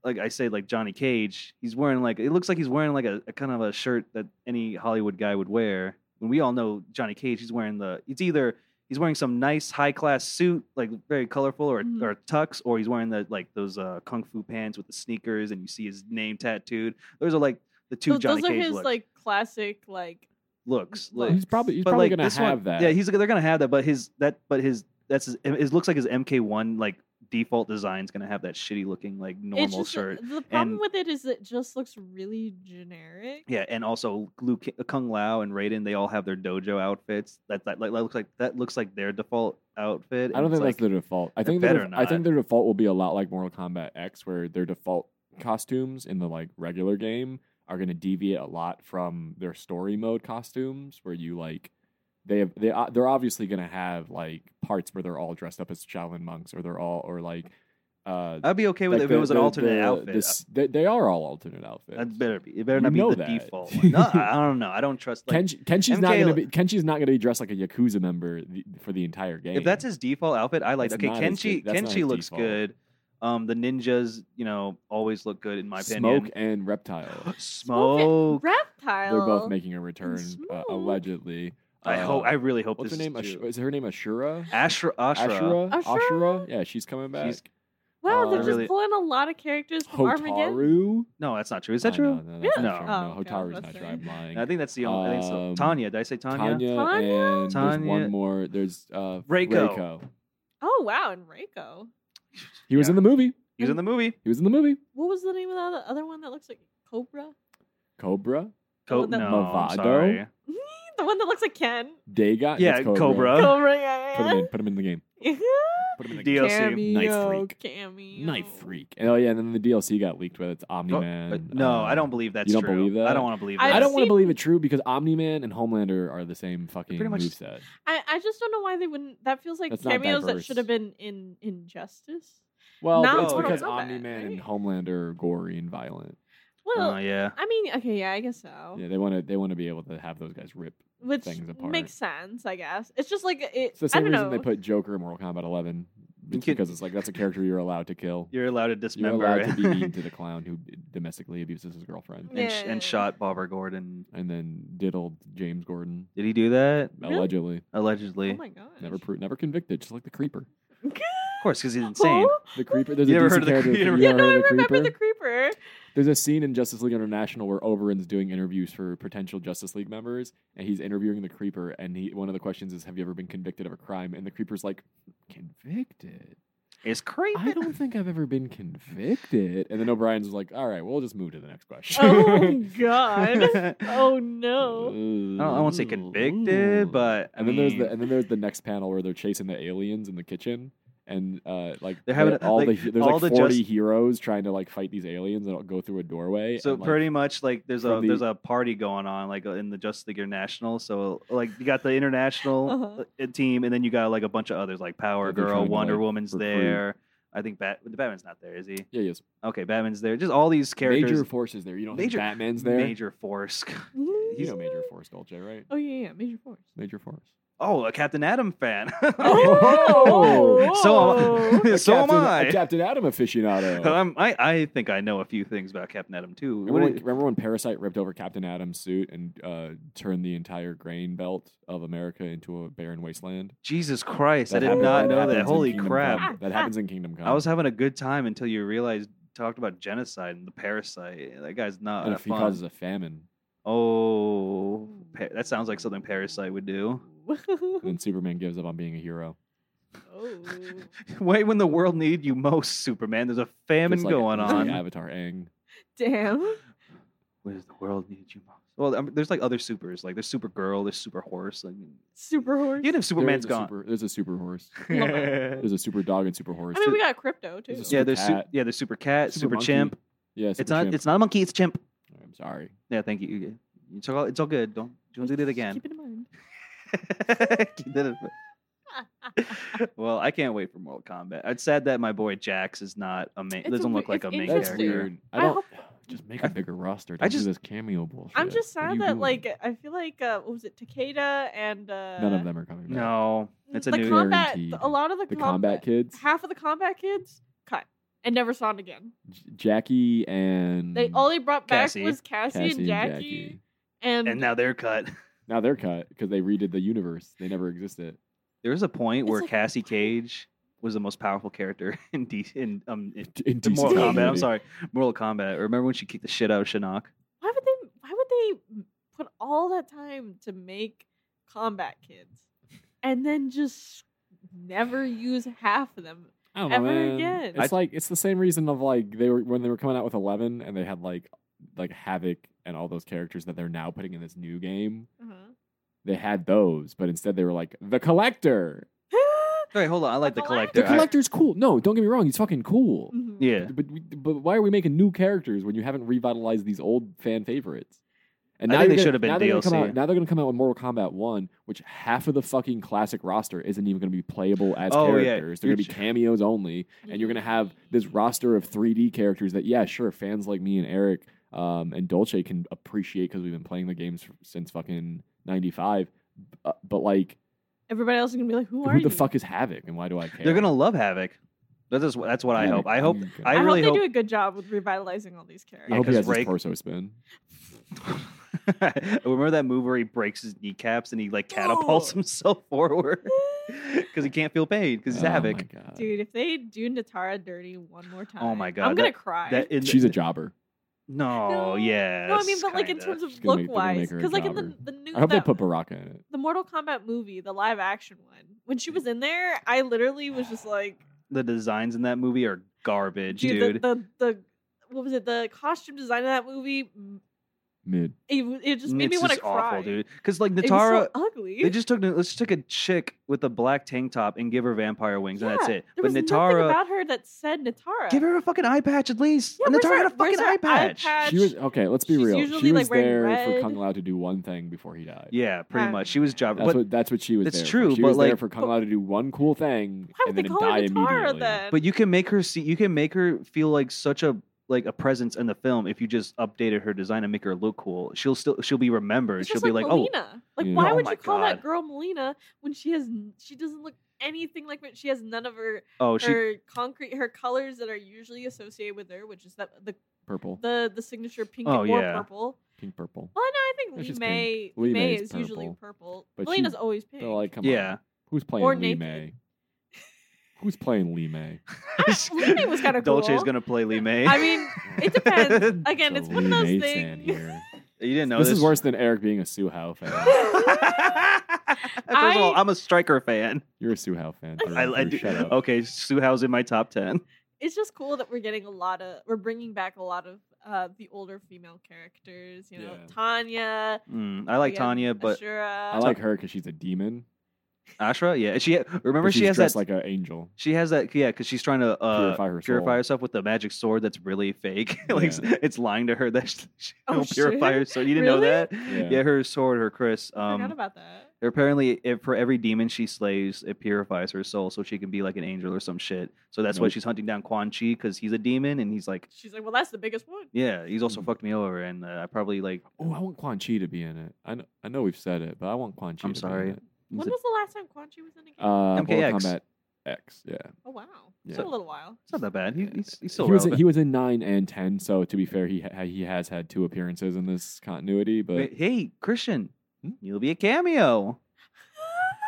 B: Like I say, like Johnny Cage, he's wearing like it looks like he's wearing like a, a kind of a shirt that any Hollywood guy would wear. when we all know Johnny Cage, he's wearing the it's either he's wearing some nice high class suit, like very colorful or
D: Mhm.
B: or tux, or he's wearing the like those uh, kung fu pants with the sneakers and you see his name tattooed. Those are like the two
D: Tho-
B: Johnny
D: those are
B: Cage
D: his
B: look-
D: like classic like
B: looks.
D: looks.
C: He's probably he's
B: but
C: probably
B: like
C: gonna
B: this one-
C: have that.
B: Yeah, he's they're gonna have that, but his that but his that's his, it looks like his MK1 like default design's gonna have that shitty looking like
D: it's
B: normal
D: just,
B: shirt.
D: The problem
B: and-
D: with it is it just looks really generic.
B: Yeah, and also Liu Ki- Kung Lao and Raiden, they all have their dojo outfits. That that, like, that looks like that looks like their default outfit.
C: I
B: and
C: don't
B: it's
C: think that's
B: like,
C: their default. I
B: it
C: think their
B: better
C: def- I think
B: not.
C: their default will be a lot like Mortal Kombat X, where their default costumes in the like regular game are going to deviate a lot from their story mode costumes, where you like they have they uh, they're obviously going to have like parts where they're all dressed up as Shaolin monks, or they're all or like uh
B: I'd be okay with it
C: like
B: if it was an alternate outfit. uh
C: this- they, they are all alternate outfits.
B: that better be. It better
C: You
B: not be
C: know
B: the
C: that.
B: default. One. No, I don't know. I don't trust.
C: [LAUGHS]
B: Like,
C: Kenji, Kenji's not
B: MK
C: going to be Kenji's not going to be dressed like a yakuza member the, for the entire game.
B: if that's his default outfit, I like.
C: That's
B: Okay,
C: not his de-
B: Kenshi
C: that's not
B: Kenshi
C: his
B: looks
C: default.
B: good. Um, the ninjas, you know, always look good in my
C: smoke
B: opinion.
C: and
D: [GASPS]
C: reptile.
B: Smoke.
D: Reptile.
C: They're both making a return, uh,
D: Smoke.
C: allegedly.
B: I
C: Uh,
B: hope. I really hope
C: what's her
B: this
C: name?
B: is
C: Ash-
B: true.
C: is her name Ashura?
B: Ashra. Ashra.
C: Ashura?
D: Ashura?
C: Ashura? Yeah, she's coming back.
B: She's-
D: Wow,
C: Uh,
D: they're just
B: really-
D: pulling a lot of characters from Armageddon.
C: Hotaru?
B: No, that's not true. Is that
C: Oh,
B: true?
C: No, no, that's
D: Yeah.
C: not true.
D: Oh,
C: no,
D: okay, I was
C: Hotaru's
D: about
C: not
D: to
C: true.
D: say.
C: I'm lying.
B: I think that's the only. I think so.
C: Um,
B: Tanya. Did I say Tanya?
C: Tanya,
D: Tanya?
C: and there's
B: Tanya?
C: one more. There's uh,
B: Reiko.
D: Oh wow, and Reiko.
C: He was
B: Yeah.
C: in the movie.
B: He was in the movie.
C: He was in the movie.
D: What was the name of the other one that looks like Cobra?
C: Cobra,
B: Co-
D: Oh, that-
B: no,
C: Movado?
B: I'm sorry.
D: the one that looks like Ken.
C: Dega.
B: Yeah,
C: it's
B: Cobra. Huh?
D: Cobra.
C: Put
D: Yeah,
C: him in. Put him in the game.
D: [LAUGHS] yeah.
C: Put him in the game.
B: DLC.
C: Knife freak.
D: Cameo.
C: Knife freak. And, oh yeah, and then the DLC got leaked with it's Omni
B: Oh,
C: Man. Uh,
B: but no, I don't believe that's
C: you don't
B: true.
C: believe that?
B: I don't want to believe
D: I
B: that.
C: I don't
D: I've
C: want to
D: seen-
C: believe it true because Omni Man and Homelander are the same fucking
B: pretty much-
C: moveset.
D: I, I just don't know why they wouldn't. That feels like
C: That's not
D: cameos that
C: diverse.
D: should have been in Injustice.
C: Well,
D: Now
B: it's
C: but it's
B: Mortal
C: because
D: Kombat,
C: Omni Man and
D: right?
C: Homelander are gory and violent.
D: Well,
B: Oh yeah.
D: I mean, okay, yeah, I guess so.
C: Yeah, they want to they want to be able to have those guys rip.
D: Which
C: things apart.
D: makes sense, I guess. It's just like it.
C: It's the
D: I
C: same
D: don't
C: reason they
D: know.
C: put Joker in Mortal Kombat 11.
B: You
C: It's
B: can-
C: because it's like that's a character you're allowed to kill.
B: [LAUGHS] You're allowed to
C: You're
B: dismember
C: allowed to
B: [LAUGHS]
C: be
B: it.
C: mean to the clown who domestically abuses his girlfriend
B: and, sh-
D: Yeah.
B: and shot Barbara Gordon.
C: and then diddled James Gordon
B: Did he do that?
D: Really?
C: allegedly.
B: Allegedly.
D: oh my god.
C: Never [LAUGHS] pro- never convicted, just like the creeper.
B: of course, because he's insane.
C: The creeper. There's
B: You
C: a
B: never
C: DC
B: heard of the
C: character.
B: creeper?
C: you
D: yeah,
C: never
D: no,
C: heard
D: I
C: of the
D: remember
C: creeper?
D: the creeper.
C: There's a scene in Justice League International where Oberon's doing interviews for potential Justice League members, and he's interviewing the Creeper, and he one of the questions is, "Have you ever been convicted of a crime?" And the Creeper's like, "Convicted?
B: It's creepy.
C: I don't think I've ever been convicted." And then O'Brien's like, "All right, we'll just move to the next [LAUGHS] question."
D: Oh
C: [LAUGHS]
D: god.
B: I
D: Oh no.
C: don't,
B: don't- [LAUGHS] I won't say convicted, but I
C: and
B: mean,
C: then there's the and then there's the next panel where they're chasing the aliens in the kitchen. And uh, like
B: They're having a-
C: all
B: like,
C: the there's
B: all the
C: like forty
B: Just-
C: heroes trying to like fight these aliens that go through a doorway.
B: so
C: and, like,
B: pretty much like there's a
C: from the-
B: there's a party going on like uh, in the Justice League International. So like you got the international uh team, and then you got like a bunch of others like Power
C: That they're
B: Girl,
C: trying to,
B: Wonder
C: like,
B: Woman's
C: recruit.
B: there. I think Bat the Batman's not there, is he?
C: Yeah, yes.
B: Okay, Batman's there. Just all these characters.
C: Major forces there. You don't
B: Major-
C: think Batman's there.
B: Major Force. [LAUGHS]
C: You know Major Force Dolce, right?
D: Oh yeah, yeah, major force.
C: Major Force.
B: [LAUGHS] Oh, a Captain Atom fan. [LAUGHS]
C: Oh!
B: So am I.
C: A
B: so am
C: Captain,
B: I.
C: A Captain
B: [LAUGHS]
C: Atom aficionado.
B: Um, I, I think I know a few things about Captain Atom too.
C: remember,
B: What
C: when,
B: did-
C: remember when Parasite ripped over Captain Atom's suit and uh, turned the entire grain belt of America into a barren wasteland?
B: Jesus Christ, I did
C: happened-
B: not know
C: happens
B: that.
C: in
B: Holy
C: Kingdom
B: crap.
C: Come. That happens in Kingdom Come.
B: I was having a good time until you realized talked about genocide and the parasite. Eh, That guy's not
C: and
B: a
C: if he
B: fun.
C: causes a famine,
B: Oh, pa- that sounds like something Parasite would do. [LAUGHS]
C: and [LAUGHS] then Superman gives up on being a hero.
D: [LAUGHS] oh.
B: Wait, when the world needed you most, Superman, there's a famine
C: Just like- [LAUGHS]
B: going
C: just like
B: on.
C: Avatar Aang.
D: Damn.
B: Where's the world needs you most? Well, um, there's like other supers, like there's Supergirl, there's Super Horse. Like,
D: Super horse.
B: even if Superman's
C: There's a
B: gone,
C: super- there's a
B: [LAUGHS]
C: super horse.
B: yeah,
C: There's a super dog and super horse.
D: I mean, we got crypto too.
C: There's a
B: there's su-
C: cat.
B: yeah, there's Super Cat, Super,
C: monkey.
B: Chimp.
C: Yeah,
B: it's
C: super
B: not,
C: chimp.
B: it's not a monkey, it's a chimp.
C: I'm sorry.
B: Yeah, thank you. It's all, it's all good. Don't, don't do that again.
D: Keep it in mind.
B: [LAUGHS] Keep that in- [LAUGHS] well, I can't wait for Mortal Kombat. It's sad that my boy Jax is not a main.
D: It's a
B: doesn't look
D: wee-
B: like a
D: it's
B: main
C: That's
D: interesting.
B: character.
C: weird. I
D: I
C: don't
D: hope-
C: just make a
B: I-
C: bigger roster.
B: I
C: Don't do
B: just-
C: this cameo bullshit.
D: I'm just
C: What are
D: sad
C: you
D: that
C: doing?
D: like I feel like uh, what was it Takeda and uh,
C: none of them are coming. back.
B: No, it's a
D: the
B: new.
D: combat.
C: Guaranteed.
D: A lot of the,
C: the combat kids,
D: half of the combat kids cut and never saw it again.
C: J- Jackie and
D: They all they brought
B: Mm.
D: back
B: Cassie.
D: was Cassie,
C: Cassie
D: and Jackie, and,
B: and now they're cut.
C: Now they're cut because they redid the universe. They never existed. [LAUGHS]
B: There was a point
D: It's
B: where
D: like-
B: Cassie Cage was the most powerful character [LAUGHS] in D- in um in
C: In
B: in
C: DC
B: Mortal
D: DC.
B: Kombat. I'm
C: continuity.
B: sorry, Mortal Kombat. Remember when she kicked the shit out of Shinnok?
D: Why would they? Why would they put all that time to make combat kids, and then just never use half of them?
C: I don't
D: Ever
C: know, man.
D: again.
C: It's like it's the same reason of like they were when they were coming out with Eleven and they had like like Havoc and all those characters that they're now putting in this new game.
D: [GASPS]
C: They had those, but instead they were like the Collector.
B: All right, hold on. I like the
D: The
B: collector.
C: The
D: Collector.
B: I-
C: Collector's cool. No, don't get me wrong, he's fucking cool.
D: Mhm.
B: yeah,
C: But we, but why are we making new characters when you haven't revitalized these old fan favorites? And
B: I think they
C: you're gonna-
B: should have been
C: now they're gonna come
B: DLC.
C: out- now they're going to come out with Mortal Kombat One, which half of the fucking classic roster isn't even going to be playable as
B: Oh, yeah.
C: characters. They're
B: You're
C: going to be
B: j-
C: cameos only, and you're going to have this roster of 3D characters that, yeah, sure, fans like me and Eric um, and Dolce can appreciate because we've been playing the games f- since fucking '95. But, but like,
D: Everybody else is gonna be like, "Who are
C: who
D: you?"
C: the fuck is Havoc, and why do I care? oh
B: they're gonna love Havoc. That's just, that's what I hope. I hope. I,
D: I, hope
B: really
D: they do a good job with revitalizing all these characters.
C: I hope he
B: 'cause
C: has
B: Rake-
C: his torso spin.
B: [LAUGHS] Remember that move where he breaks his kneecaps and he like catapults
D: Oh.
B: himself [LAUGHS]
D: [LAUGHS]
B: forward because he can't feel pain because he's
C: Oh my
B: Havoc.
C: God.
D: Dude, if they do Natara dirty one more time,
B: Oh my God,
D: I'm gonna cry.
B: That in
C: She's a jobber.
B: no,
D: No,
B: yeah.
D: no, I mean, but like in terms of
C: She's gonna
D: look
C: make- they're gonna
D: wise,
C: make her a
D: because like in the
C: jobber.
D: the new
C: I hope they
D: that-
C: put Baraka in it.
D: the Mortal Kombat movie, the live action one, when she was in there, I literally was just like,
B: the designs in that movie are garbage, dude.
D: dude, The, the the what was it? The costume design of that movie, mm,
C: Mid.
D: it, w- it just made
B: it's
D: me want to
B: just
D: cry.
B: awful, dude. Because like
D: It was
B: Natara,
D: so ugly.
B: they just took let's just take a chick with a black tank top and give her vampire wings, and that's
D: Yeah,
B: it. But
D: There was nothing
B: Natara,
D: about her that said Natara.
B: give her a fucking eye patch at least.
D: Yeah,
B: And
D: where's
B: Natara had a
D: her- where's
B: fucking
D: her
B: eye patch.
D: eye
C: She was okay. Let's be
D: She's
C: real. She
D: usually,
C: was
D: like, wearing
C: there for
D: red.
C: Kung Lao to do one thing before he died.
B: Yeah, pretty
D: Um,
B: much. She was job,
C: that's
B: but
C: what that's what she was.
B: It's
C: there for.
B: true,
C: She
B: but,
C: was there
B: like-
C: for Kung Lao to do one cool thing
D: Why would
C: and
D: they
C: then
D: call
C: die
D: her Natara
C: immediately.
D: then?
B: but you can make her see, you can make her feel like such a like a presence in the film if you just updated her design and make her look cool. She'll still she'll be remembered.
D: It's
B: She'll
D: just
B: be
D: like
B: like, oh,
D: Melina. Like,
C: Yeah.
D: why
B: Oh
D: would
B: my
D: you call
B: God.
D: that girl Melina when she has n- she doesn't look anything like what she has none of her
B: oh, she [LAUGHS]
D: her concrete her colors that are usually associated with her, which is that the
C: Purple,
D: the the signature pink
B: Oh,
D: and more
B: yeah.
D: purple.
C: pink, purple.
D: Well, no, I
C: That's
D: think Lee
C: just
D: May
C: pink. Lee
D: Lee May
C: May's
D: is usually
C: purple.
D: purple.
C: But
D: Melina's
C: she-
D: always pink.
C: They're like, come
B: yeah.
C: on, who's playing
D: Or
C: Lee
D: naked.
C: May? Who's playing Lee
D: [LAUGHS]
C: May?
D: Lee May was
B: [LAUGHS]
D: kinda
B: Dolce's
D: cool.
B: gonna play
D: [LAUGHS]
B: Lee May.
D: [LAUGHS] I mean, it
C: [LAUGHS]
D: depends. Again,
C: So
D: it's one
C: Lee
D: of those
C: May stan
D: [LAUGHS] things.
C: here.
B: you didn't know [LAUGHS]
C: this, is worse than Eric being a Suhao fan.
D: [LAUGHS]
B: First of all, I'm a striker fan.
C: You're a Suhao fan. through
B: I,
C: and
B: I
C: through.
B: do.
C: Shut up.
B: Okay, Suhao's in my top ten.
D: It's just cool that we're getting a lot of we're bringing back a lot of uh, the older female characters. You know,
C: Yeah.
D: Tanya.
B: Mm, I like
D: we have
B: Tanya, but
D: Ashura.
C: I like her because she's a demon.
B: Ashra, yeah. She remember
C: but she's
B: she has
C: dressed
B: that.
C: like an angel.
B: she has that, yeah, because she's trying to uh,
C: Purify her soul.
B: purify herself with the magic sword that's really fake. [LAUGHS] like it's, it's lying to her that she, [LAUGHS] she
D: Oh,
B: will purify
D: shit?
B: her sword. You didn't know
D: Really?
B: that?
C: Yeah.
B: her sword, her Chris.
D: I forgot
B: Um,
D: about that.
B: apparently, if for every demon she slays, it purifies her soul, so she can be like an angel or some shit. So that's why
C: Nope.
B: she's hunting down Quan Chi because he's a demon and he's like,
D: She's like, well, that's the biggest one.
B: yeah, he's also
C: Mhm.
B: fucked me over, and uh, I probably like.
C: Oh, I want Quan Chi to be in it. I know, I know we've said it, but I want Quan Chi.
B: I'm
C: to
B: sorry.
C: Be in it.
D: When
B: it-
D: was the last time Quan Chi was in a game?
C: Uh, Mortal
B: MKX.
C: Kombat X. Yeah.
D: oh wow, it's
C: yeah.
D: been a little while. [LAUGHS]
B: It's not that bad. He, [LAUGHS] he's, he's still
C: he was
B: relevant.
C: [LAUGHS] he was in nine and ten. So to be fair, he ha- he has had two appearances in this continuity. But
B: Wait, hey, Christian,
C: Hmm?
B: you'll be a cameo.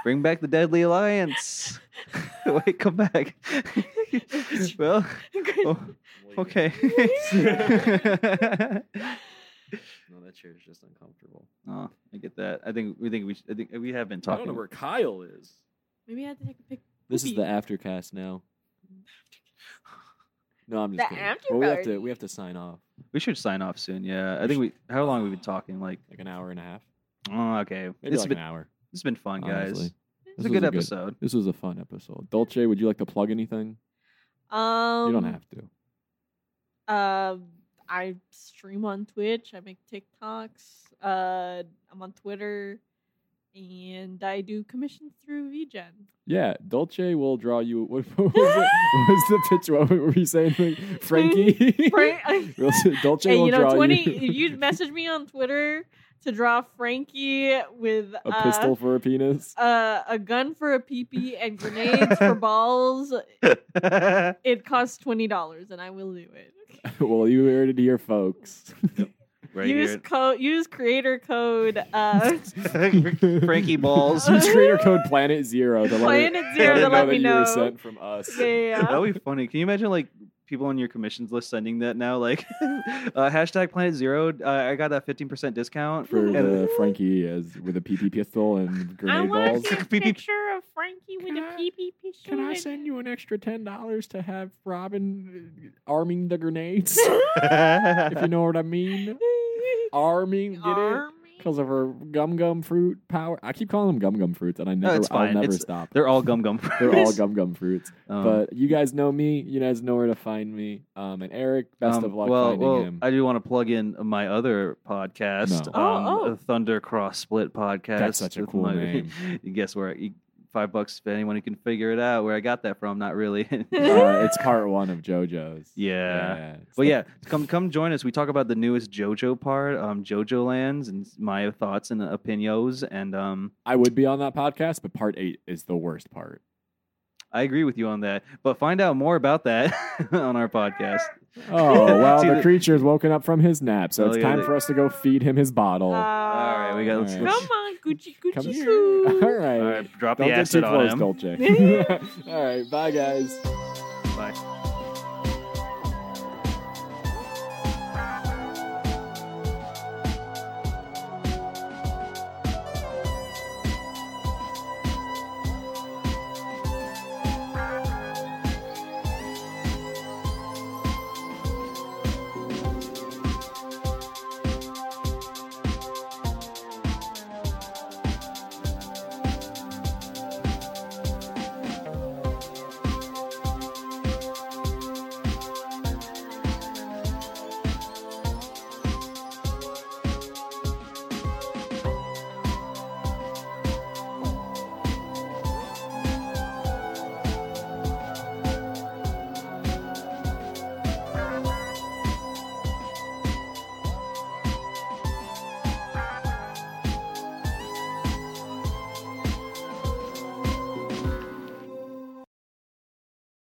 B: Bring back the Deadly
D: [LAUGHS]
B: Alliance. [LAUGHS] Wait, come back. [LAUGHS] well, [LAUGHS] oh, okay.
C: Oh. [LAUGHS]
D: [LAUGHS]
B: no, that chair is just uncomfortable. Oh, I get that. I think we think we. Should, I think we have been talking.
C: Kyle is.
D: Maybe I had to take a pic.
C: This is
D: Poopy.
C: the aftercast
D: [LAUGHS]
C: now. No, I'm
D: The
C: just kidding. But we have to
D: after
C: we have to sign off
B: We should sign off soon. Yeah, I think we. How long have we been talking? Like,
C: like an hour and a half,
B: oh, okay.
C: maybe
B: It's
C: like
B: been.
C: an hour.
B: It's been fun, guys.
C: honestly.
B: It's
C: This
B: a
C: was
B: good episode.
C: This was a fun episode. Dolce, would you like to plug anything?
D: Um,
C: you don't have to.
D: Um, I stream on Twitch. I make TikToks. Uh, I'm on Twitter, and I do commissions through VGen.
C: [LAUGHS] Yeah, Dolce will draw you. What, [LAUGHS] what was, it? what was the pitch? What were you
D: [LAUGHS]
C: saying, Like, Frankie?
D: Frank-
C: We'll say Dolce
D: Hey,
C: will
D: you know,
C: draw [LAUGHS]
D: twenty.
C: you
D: if you message me on Twitter to draw Frankie with
C: a
D: uh,
C: pistol for a penis.
D: Uh, a gun for a peepee and
C: [LAUGHS]
D: grenades for balls. [LAUGHS] It costs twenty dollars, and I will do it.
C: [LAUGHS] well, you heard it here, folks.
B: right
D: use
B: here.
D: code. Use creator code.
C: [LAUGHS]
D: Uh,
B: [LAUGHS] Frankie balls.
C: Use creator code Planet Zero to let,
D: Planet
C: her-
B: Zero
C: let her
B: to
C: know
D: let
C: that
D: me
C: you
D: know.
C: were sent from us.
D: yeah, yeah,
B: That
D: yeah.
B: would be funny. Can you imagine like people on your commissions list sending that now? Like [LAUGHS] uh, hashtag Planet Zero. Uh, I got that fifteen percent discount.
C: [LAUGHS] For
D: And-
C: the Frankie as with a PP pistol and
D: I
C: grenade
D: want
C: balls.
D: to see
B: [LAUGHS]
D: a
B: Pee-pee.
D: picture of Frankie with
C: Can
D: a
C: I-
D: pee-pee picture.
C: Can I send you an extra ten dollars to have Robin uh, arming the
D: [LAUGHS]
C: grenades? if you know what I mean. Oh, Arming, get it? Because of her gum gum fruit power. I keep calling them gum gum fruits, and I never,
B: it's
C: I'll
B: fine.
C: never
B: It's-
C: stop.
B: They're all gum gum. [LAUGHS]
C: They're all gum gum fruits.
B: Um,
C: but you guys know me. You guys know where to find me. Um, and Eric, best
B: um,
C: of luck
B: well,
C: finding
B: well,
C: him.
B: I do want to plug in my other podcast,
C: No.
D: Oh,
B: um,
D: oh.
B: the Thunder Cross Split podcast.
C: That's such a
B: with
C: cool
B: my-
C: name.
B: [LAUGHS] you guess where? You, five bucks for anyone who can figure it out. Where I got that from? Not really. [LAUGHS]
C: uh, it's part one of JoJo's.
B: Yeah.
C: it's
B: But
C: the-
B: yeah, come come join us. We talk about the newest JoJo part, um, JoJo Lands, and my thoughts and opinions. And um,
C: I would be on that podcast, but part eight is the
B: [LAUGHS]
C: worst part.
B: I agree with you on that. But find out more about that [LAUGHS] on our podcast.
C: Oh well,
B: See,
C: the
B: the-
C: creature's woken up from his nap, so
B: Oh,
C: it's
B: yeah,
C: time
B: they-
C: for us to go feed him his bottle.
D: Uh,
B: All right, we got. Let's,
C: All
D: Um, Come
C: right.
B: let's,
D: on, Gucci,
C: Come
D: Gucci,
C: here.
D: Goo.
C: [LAUGHS] All right.
B: all right, drop
C: Don't
B: the
C: get
B: acid
C: too [LAUGHS]
B: on
C: close,
B: him.
C: Dolce. All right. Bye, guys.
B: Bye.